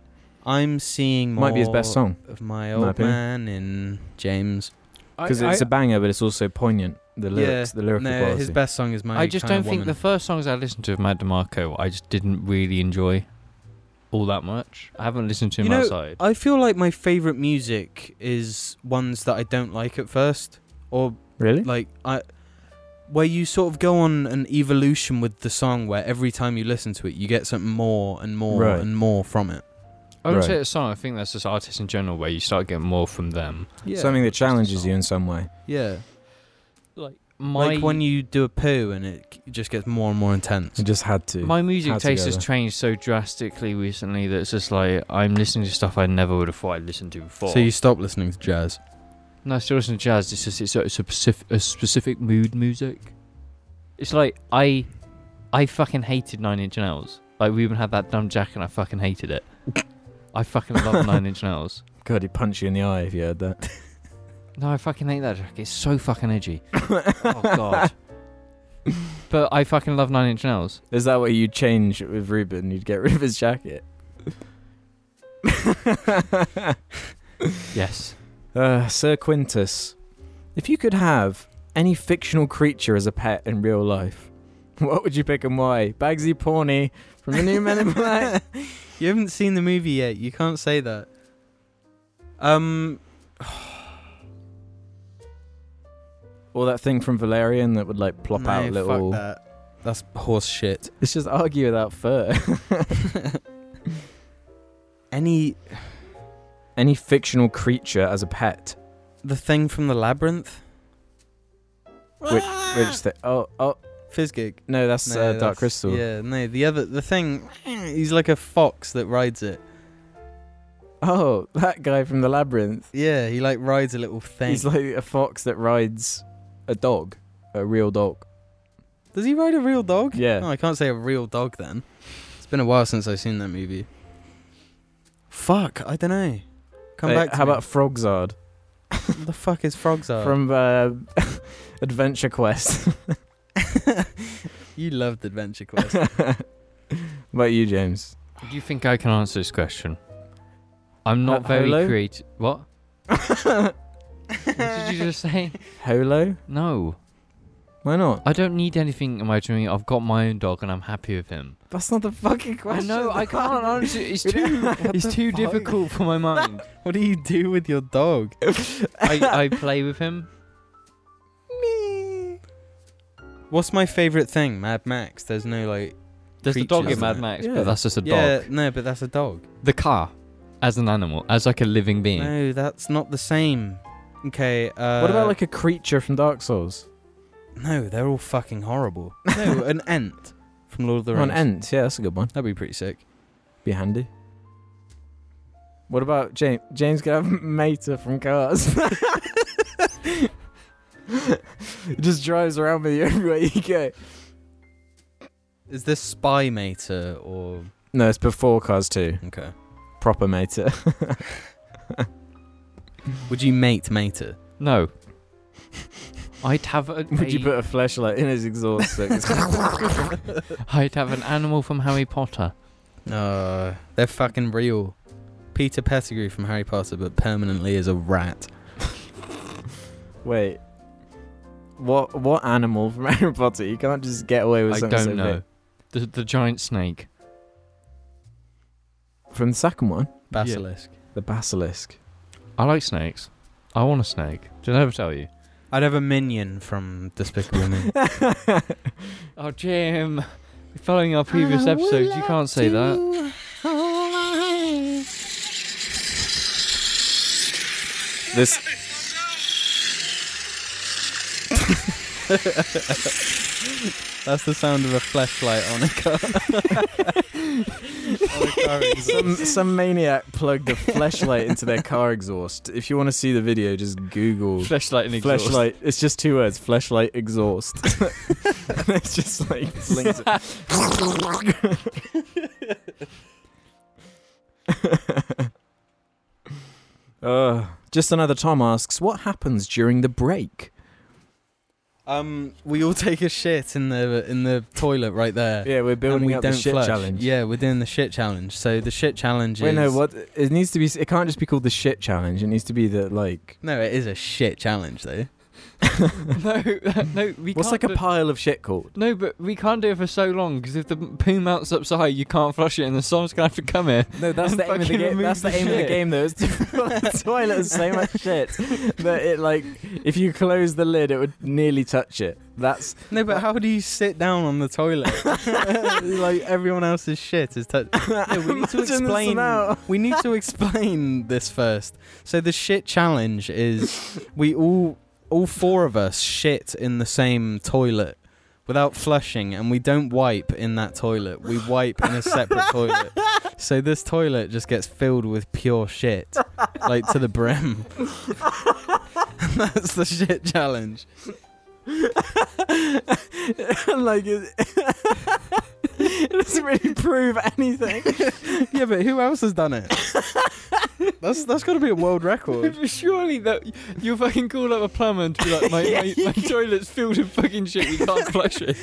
[SPEAKER 2] I'm seeing more
[SPEAKER 1] Might be his best song
[SPEAKER 2] of my
[SPEAKER 1] my
[SPEAKER 2] old
[SPEAKER 1] opinion.
[SPEAKER 2] man in James.
[SPEAKER 1] because it's a banger, but it's also poignant. The lyrics, the lyrical
[SPEAKER 2] no,
[SPEAKER 1] quality.
[SPEAKER 2] his best song is my.
[SPEAKER 3] I just
[SPEAKER 2] Kinda
[SPEAKER 3] don't think the
[SPEAKER 2] Woman.
[SPEAKER 3] first songs I listened to of Matt DeMarco, I just didn't really enjoy all that much. I haven't listened to him
[SPEAKER 2] You know,
[SPEAKER 3] outside.
[SPEAKER 2] I feel like my favorite music is ones that I don't like at first, or
[SPEAKER 1] really?
[SPEAKER 2] like I where you sort of go on an evolution with the song where every time you listen to it you get something more and more
[SPEAKER 1] Right.
[SPEAKER 2] and more from it.
[SPEAKER 3] I wouldn't
[SPEAKER 1] Right.
[SPEAKER 3] say it's a song. I think that's just artists in general where you start getting more from them.
[SPEAKER 2] Yeah.
[SPEAKER 1] Something that challenges you in some way.
[SPEAKER 2] yeah.
[SPEAKER 3] Like my
[SPEAKER 2] like when you do a poo and it c- just gets more and more intense.
[SPEAKER 1] It just had to.
[SPEAKER 3] my music
[SPEAKER 1] how
[SPEAKER 3] taste has
[SPEAKER 1] together.
[SPEAKER 3] changed so drastically recently that it's just like I'm listening to stuff I never would have thought I'd listened to before.
[SPEAKER 2] So you stop listening to jazz.
[SPEAKER 3] No, I still listen to jazz. It's just it's a, it's a specific a specific mood music. It's like I, I fucking hated Nine Inch Nails. Like we even had that dumb jacket, and I fucking hated it. I fucking love Nine Inch Nails.
[SPEAKER 1] God, he'd punch you in the eye if you heard
[SPEAKER 2] <laughs>
[SPEAKER 1] that. <laughs>
[SPEAKER 3] No, I fucking hate that jacket. It's so fucking edgy. oh god. But I fucking love Nine Inch Nails.
[SPEAKER 1] Is that what you'd change with Ruben? You'd get rid of his jacket. <laughs>
[SPEAKER 3] Yes.
[SPEAKER 1] Uh, Sir Quintus, if you could have any fictional creature as a pet in real life, what would you pick and why? Bagsy Pawnee from the new Men in Black.
[SPEAKER 2] You haven't seen the movie yet. You can't say that. Um,
[SPEAKER 1] Or that thing from Valerian that would like plop
[SPEAKER 2] no,
[SPEAKER 1] out little.
[SPEAKER 2] Fuck that. That's horse shit.
[SPEAKER 1] It's just argue without fur. <laughs>
[SPEAKER 2] Any
[SPEAKER 1] any fictional creature as a pet.
[SPEAKER 2] the thing from the labyrinth?
[SPEAKER 1] Which, which the, oh, oh,
[SPEAKER 2] Fizgig.
[SPEAKER 1] no, that's
[SPEAKER 2] Ah! No,
[SPEAKER 1] uh, Dark
[SPEAKER 2] that's-
[SPEAKER 1] Crystal.
[SPEAKER 2] Yeah, no, the other the thing. <clears throat> He's like a fox that rides it.
[SPEAKER 1] Oh, that guy from the labyrinth.
[SPEAKER 2] Yeah, he like rides a little thing.
[SPEAKER 1] He's like a fox that rides a dog, a real dog.
[SPEAKER 2] Does he ride a real dog?
[SPEAKER 1] Yeah.
[SPEAKER 2] No, I can't say a real dog then. It's been a while since I've seen that movie. Fuck, I don't know. Come
[SPEAKER 1] Uh,
[SPEAKER 2] back. To
[SPEAKER 1] how
[SPEAKER 2] me.
[SPEAKER 1] about Frogzard?
[SPEAKER 2] <laughs> what the fuck
[SPEAKER 1] <laughs>
[SPEAKER 2] is frogs are?
[SPEAKER 1] from uh, Adventure Quest.
[SPEAKER 2] you loved Adventure Quest.
[SPEAKER 1] <laughs> what about you, James?
[SPEAKER 3] Do you think I can answer this question? I'm not
[SPEAKER 1] Ho-
[SPEAKER 3] very
[SPEAKER 1] hello?
[SPEAKER 3] creative. What? what did you just say?
[SPEAKER 1] Holo?
[SPEAKER 3] No.
[SPEAKER 1] Why not?
[SPEAKER 3] I don't need anything in my dream. I've got my own dog and I'm happy with him.
[SPEAKER 1] That's not the fucking
[SPEAKER 3] I
[SPEAKER 1] question.
[SPEAKER 3] <laughs> know, I
[SPEAKER 1] <laughs>
[SPEAKER 3] can't answer. It's too, it's too difficult for my mind.
[SPEAKER 2] what do you do with your dog?
[SPEAKER 3] <laughs>
[SPEAKER 2] <laughs>
[SPEAKER 3] I, I play with him.
[SPEAKER 2] What's my favorite thing? Mad Max. There's no like.
[SPEAKER 3] There's the dog in
[SPEAKER 2] Creatures,
[SPEAKER 3] Mad
[SPEAKER 2] isn't it?
[SPEAKER 3] Max,
[SPEAKER 1] Yeah.
[SPEAKER 3] but that's just a
[SPEAKER 2] yeah,
[SPEAKER 3] dog.
[SPEAKER 2] no, but that's a dog.
[SPEAKER 3] The car, as an animal, as like a living being.
[SPEAKER 2] No, that's not the same. Okay. Uh,
[SPEAKER 1] What about like a creature from Dark Souls?
[SPEAKER 2] No, they're all fucking horrible.
[SPEAKER 1] <laughs>
[SPEAKER 2] No, an ant from Lord of the
[SPEAKER 1] Or an
[SPEAKER 2] Rings.
[SPEAKER 1] ant? Yeah, that's a good one.
[SPEAKER 2] That'd be pretty sick.
[SPEAKER 1] Be handy. What about James? James could have <laughs> Mater from Cars. <laughs> He just drives around with you <laughs> everywhere you go.
[SPEAKER 2] Is this spy mater or
[SPEAKER 1] No, it's before Cars 2.
[SPEAKER 2] okay?
[SPEAKER 1] Proper Mater. <laughs>
[SPEAKER 2] Would you mate mater?
[SPEAKER 3] No. <laughs> I'd have a,
[SPEAKER 1] Would you
[SPEAKER 3] a-
[SPEAKER 1] put a flashlight in his exhaust? So it's
[SPEAKER 3] I'd have an animal from Harry <laughs> Potter.
[SPEAKER 2] No, Uh, they're fucking real. Peter Pettigrew from Harry Potter, but permanently is a rat.
[SPEAKER 1] Wait. What what animal from <laughs> Harry Potter? You can't just get away with
[SPEAKER 3] I
[SPEAKER 1] something
[SPEAKER 3] don't
[SPEAKER 1] so
[SPEAKER 3] know. The, the giant snake.
[SPEAKER 1] big. From the second one,
[SPEAKER 2] Basilisk.
[SPEAKER 1] the basilisk.
[SPEAKER 3] I like snakes. I want a snake. Did I ever tell you?
[SPEAKER 2] I'd have a minion from Despicable Me.
[SPEAKER 3] Oh, Jim. Following our previous episodes, you can't say that.
[SPEAKER 1] This
[SPEAKER 2] That's the sound of a flashlight on a
[SPEAKER 1] <laughs>
[SPEAKER 2] car. on a car <laughs> exhaust.
[SPEAKER 1] some some maniac plugged a flashlight into their car exhaust. If you want to see the video, just Google
[SPEAKER 3] <laughs> Flashlight and exhaust.
[SPEAKER 1] flashlight. It's just two words: flashlight <laughs> exhaust. it's just <laughs> like blinks it. uh, just another Tom asks, what happens during the break?
[SPEAKER 2] um, we all take a shit in the in the toilet right there.
[SPEAKER 1] Yeah, we're
[SPEAKER 2] and
[SPEAKER 1] building
[SPEAKER 2] we
[SPEAKER 1] up
[SPEAKER 2] don't
[SPEAKER 1] the shit
[SPEAKER 2] flush.
[SPEAKER 1] challenge.
[SPEAKER 2] Yeah, we're doing the shit challenge. So the shit challenge
[SPEAKER 1] Wait,
[SPEAKER 2] is
[SPEAKER 1] no, what? It needs to be. It can't just be called the shit challenge. It needs to be the like.
[SPEAKER 2] No, it is a shit challenge though.
[SPEAKER 3] <laughs> no, <laughs> no, we
[SPEAKER 1] What's
[SPEAKER 3] can't
[SPEAKER 1] like a
[SPEAKER 3] do-
[SPEAKER 1] pile of shit called?
[SPEAKER 3] No, but we can't do it for so long because if the poo mounts up so high, you can't flush it, and the song's gonna have to come here.
[SPEAKER 1] No, that's
[SPEAKER 3] And
[SPEAKER 1] the aim of the
[SPEAKER 3] fucking
[SPEAKER 1] game.
[SPEAKER 3] remove
[SPEAKER 1] That's the,
[SPEAKER 3] the
[SPEAKER 1] aim of the
[SPEAKER 3] shit.
[SPEAKER 1] game, though. Is to fill the <laughs> toilet with so much shit that it like, if you close the lid, it would nearly touch it. That's
[SPEAKER 2] No, but how do you sit down on the toilet? <laughs> like everyone else's shit is touched. we need to
[SPEAKER 1] Imagine the
[SPEAKER 2] explain.
[SPEAKER 1] smell.
[SPEAKER 2] <laughs> We need to explain this first. So the shit challenge is we all, all four of us, shit in the same toilet without flushing, and we don't wipe in that toilet. We wipe in a separate toilet. So this toilet just gets filled with pure shit, like to the brim. <laughs> and that's the shit challenge.
[SPEAKER 1] <laughs> like it, <laughs> it doesn't really prove
[SPEAKER 6] <laughs>
[SPEAKER 1] anything.
[SPEAKER 2] Yeah, but who else has done it? that's that's got to be a world
[SPEAKER 3] <laughs>
[SPEAKER 2] record.
[SPEAKER 3] Surely that you'll fucking call up a plumber and be
[SPEAKER 1] <laughs>
[SPEAKER 3] like, my, my, my toilet's filled with fucking shit. We can't flush it.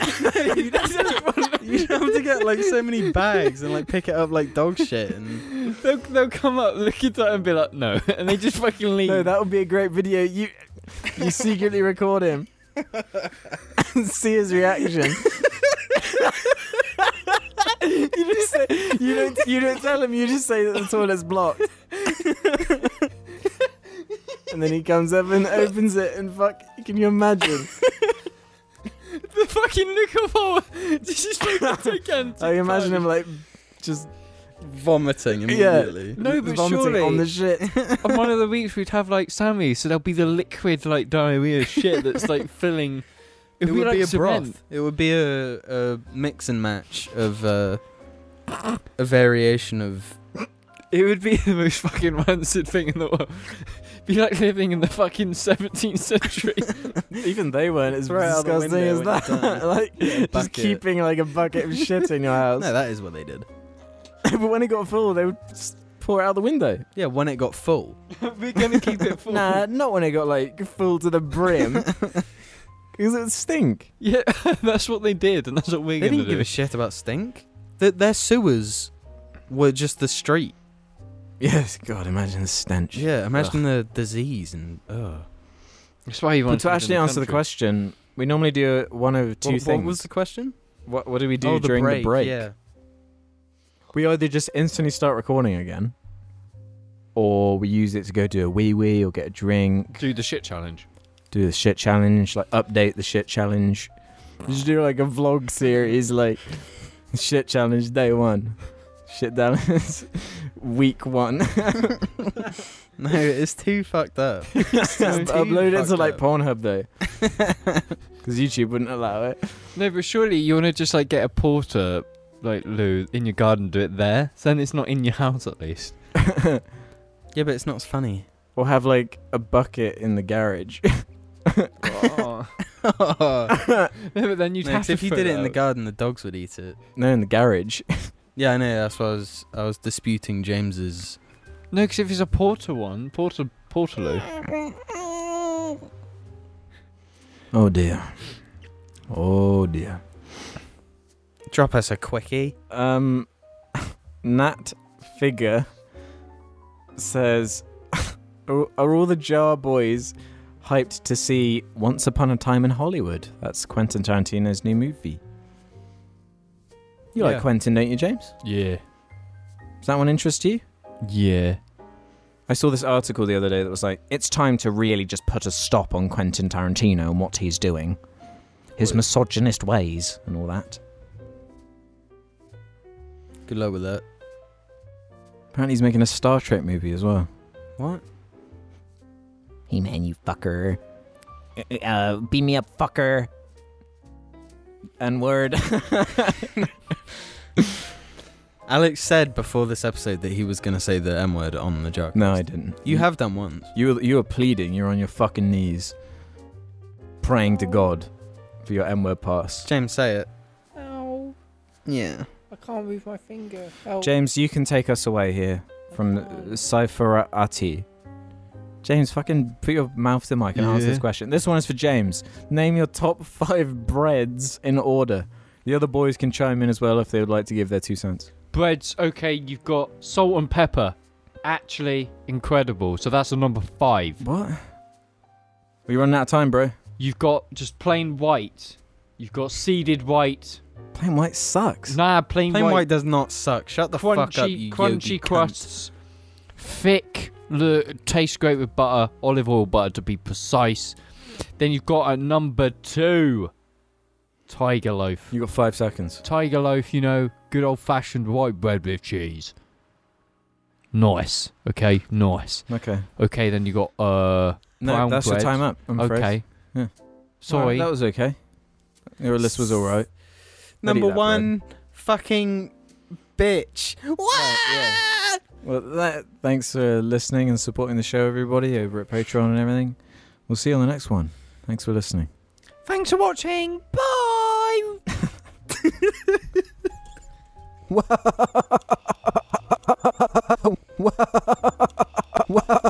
[SPEAKER 2] You have to get like so many bags and like pick it up like dog shit. And
[SPEAKER 3] They'll, they'll come up, look at that, and be like, no, and they just fucking leave.
[SPEAKER 1] No,
[SPEAKER 3] <laughs>
[SPEAKER 1] that would be a great video. You, you secretly record him and see his reaction. you just say you don't you don't tell him. You just say that the toilet's blocked, and then he comes up and opens it. And fuck, can you imagine?
[SPEAKER 3] the fucking look of <laughs> horror.
[SPEAKER 1] <laughs>
[SPEAKER 3] This is fucking taken.
[SPEAKER 1] I imagine him like just
[SPEAKER 2] vomiting
[SPEAKER 1] Yeah.
[SPEAKER 2] immediately.
[SPEAKER 3] No, but
[SPEAKER 1] vomiting
[SPEAKER 3] surely
[SPEAKER 1] on the shit.
[SPEAKER 3] on one
[SPEAKER 1] <laughs>
[SPEAKER 3] of the weeks we'd have like Sammy, so there'll be the liquid like diarrhea shit that's like filling. If
[SPEAKER 2] It
[SPEAKER 3] we,
[SPEAKER 2] would
[SPEAKER 3] like,
[SPEAKER 2] be a
[SPEAKER 3] cement-
[SPEAKER 2] broth. It would be a, a mix and match of uh, a variation of.
[SPEAKER 3] It would be <laughs> the most fucking rancid thing in the world. <laughs> be like living in the fucking 17th century.
[SPEAKER 1] Even they weren't as
[SPEAKER 2] Throw it out the
[SPEAKER 1] disgusting as
[SPEAKER 2] window when
[SPEAKER 1] that.
[SPEAKER 2] you're
[SPEAKER 1] <laughs>
[SPEAKER 2] done.
[SPEAKER 1] like just
[SPEAKER 2] bucket.
[SPEAKER 1] keeping like a bucket
[SPEAKER 2] <laughs>
[SPEAKER 1] of shit in your house.
[SPEAKER 2] No, that is what they did.
[SPEAKER 1] <laughs> but when it got full, they would just pour it out the window.
[SPEAKER 2] Yeah, when it got full.
[SPEAKER 3] <laughs> We're gonna keep it full.
[SPEAKER 1] Nah, not when it got like full to the brim,
[SPEAKER 2] <laughs>
[SPEAKER 1] because it would stink.
[SPEAKER 3] <laughs> Yeah, <laughs> that's what they did, and that's what we're
[SPEAKER 2] They
[SPEAKER 3] gonna
[SPEAKER 2] didn't give
[SPEAKER 3] do.
[SPEAKER 2] a shit about stink. Th their sewers were just the street.
[SPEAKER 1] Yes, God, imagine the stench.
[SPEAKER 2] Yeah, imagine the disease and ugh.
[SPEAKER 3] that's why you
[SPEAKER 1] But
[SPEAKER 3] want
[SPEAKER 1] to actually answer the question, we normally do one of two
[SPEAKER 2] what,
[SPEAKER 1] things.
[SPEAKER 2] What was the question? Oh,
[SPEAKER 1] what, what do we do during the break?
[SPEAKER 2] Yeah.
[SPEAKER 1] We either just instantly start recording again, or we use it to go do a wee wee or get a drink,
[SPEAKER 3] Do the shit challenge.
[SPEAKER 1] do the shit challenge, like update the shit challenge. Just do like a vlog series, like shit challenge day one, shit challenge <laughs> week one. <laughs>
[SPEAKER 2] <laughs> No, it's too fucked up.
[SPEAKER 1] Just
[SPEAKER 2] too
[SPEAKER 1] upload it to
[SPEAKER 2] fucked
[SPEAKER 1] like
[SPEAKER 2] up.
[SPEAKER 1] Pornhub <laughs> though, because YouTube wouldn't allow it.
[SPEAKER 3] No, but surely you wanna just like get a porter, like Lou, in your garden, do it there. So then it's not in your house at least.
[SPEAKER 2] Yeah, but it's not as funny.
[SPEAKER 1] <laughs> or have like a bucket in the garage.
[SPEAKER 3] <laughs>
[SPEAKER 1] <laughs>
[SPEAKER 3] no,
[SPEAKER 2] no,
[SPEAKER 3] but then you'd have
[SPEAKER 2] 'cause
[SPEAKER 3] to.
[SPEAKER 2] if you
[SPEAKER 3] throw
[SPEAKER 2] did it in the
[SPEAKER 3] out.
[SPEAKER 2] garden, the dogs would eat it.
[SPEAKER 1] no, in the garage.
[SPEAKER 2] Yeah, I know. That's why I was I was disputing James's.
[SPEAKER 3] No, because if it's a porter one, porter portaloo.
[SPEAKER 1] Oh dear. Oh dear.
[SPEAKER 2] Drop us a quickie.
[SPEAKER 1] Um, <laughs> Nat Figure says, are, "Are all the Jar Boys hyped to see Once Upon a Time in Hollywood? That's Quentin Tarantino's new movie. You
[SPEAKER 2] Yeah.
[SPEAKER 1] like Quentin, don't you, James?
[SPEAKER 3] Yeah.
[SPEAKER 1] Does that one interest you?"
[SPEAKER 3] Yeah.
[SPEAKER 1] I saw this article the other day that was like, it's time to really just put a stop on Quentin Tarantino and what he's doing, his
[SPEAKER 2] Wait.
[SPEAKER 1] misogynist ways and all that.
[SPEAKER 2] Good luck with that.
[SPEAKER 1] Apparently, he's making a Star Trek movie as well.
[SPEAKER 2] What?
[SPEAKER 6] Hey man, you fucker. Uh, Uh, beam me up, fucker.
[SPEAKER 1] N
[SPEAKER 6] <laughs>
[SPEAKER 1] word.
[SPEAKER 2] Alex said before this episode that he was going to say the M word on the joke.
[SPEAKER 1] no, I didn't.
[SPEAKER 2] You have done once.
[SPEAKER 1] You were, you were pleading. You're on your fucking knees, praying to God for your N word pass.
[SPEAKER 2] James, say it.
[SPEAKER 8] Ow.
[SPEAKER 2] Yeah.
[SPEAKER 8] I can't move my finger. Help.
[SPEAKER 1] James, you can take us away here from Cypher Ati. James, fucking put your mouth to the mic and answer
[SPEAKER 2] Yeah.
[SPEAKER 1] this question. This one is for James. Name your top <laughs> five breads in order. The other boys can chime in as well if they would like to give their two cents.
[SPEAKER 3] Breads, okay, you've got salt and pepper. Actually incredible. So that's the number five.
[SPEAKER 1] What? We running out of time, bro.
[SPEAKER 3] You've got just plain white. You've got seeded white.
[SPEAKER 1] Plain white sucks.
[SPEAKER 3] Nah, plain,
[SPEAKER 2] Plain
[SPEAKER 3] white.
[SPEAKER 2] white. does not suck. Shut the
[SPEAKER 3] crunchy,
[SPEAKER 2] fuck up, you
[SPEAKER 3] crunchy
[SPEAKER 2] yogi cunt.
[SPEAKER 3] crusts. Thick. Look, tastes great with butter, olive oil butter to be precise. Then you've got at number two, tiger loaf.
[SPEAKER 1] You got five seconds.
[SPEAKER 3] Tiger loaf, you know, good old fashioned white bread with cheese. Nice. Okay, nice.
[SPEAKER 1] Okay.
[SPEAKER 3] Okay, then you got uh
[SPEAKER 1] No,
[SPEAKER 3] Brown
[SPEAKER 1] that's
[SPEAKER 3] bread.
[SPEAKER 1] your time up. I'm afraid.
[SPEAKER 3] okay.
[SPEAKER 1] Yeah.
[SPEAKER 3] Sorry.
[SPEAKER 1] Alright, that was okay. Your list was all right.
[SPEAKER 2] Number
[SPEAKER 1] Ready that
[SPEAKER 2] one, fucking bitch.
[SPEAKER 1] yeah. Well, that, thanks for listening and supporting the show, everybody, over at Patreon and everything. We'll see you on the next one. Thanks for listening.
[SPEAKER 3] Thanks for watching. Bye.
[SPEAKER 1] Wow.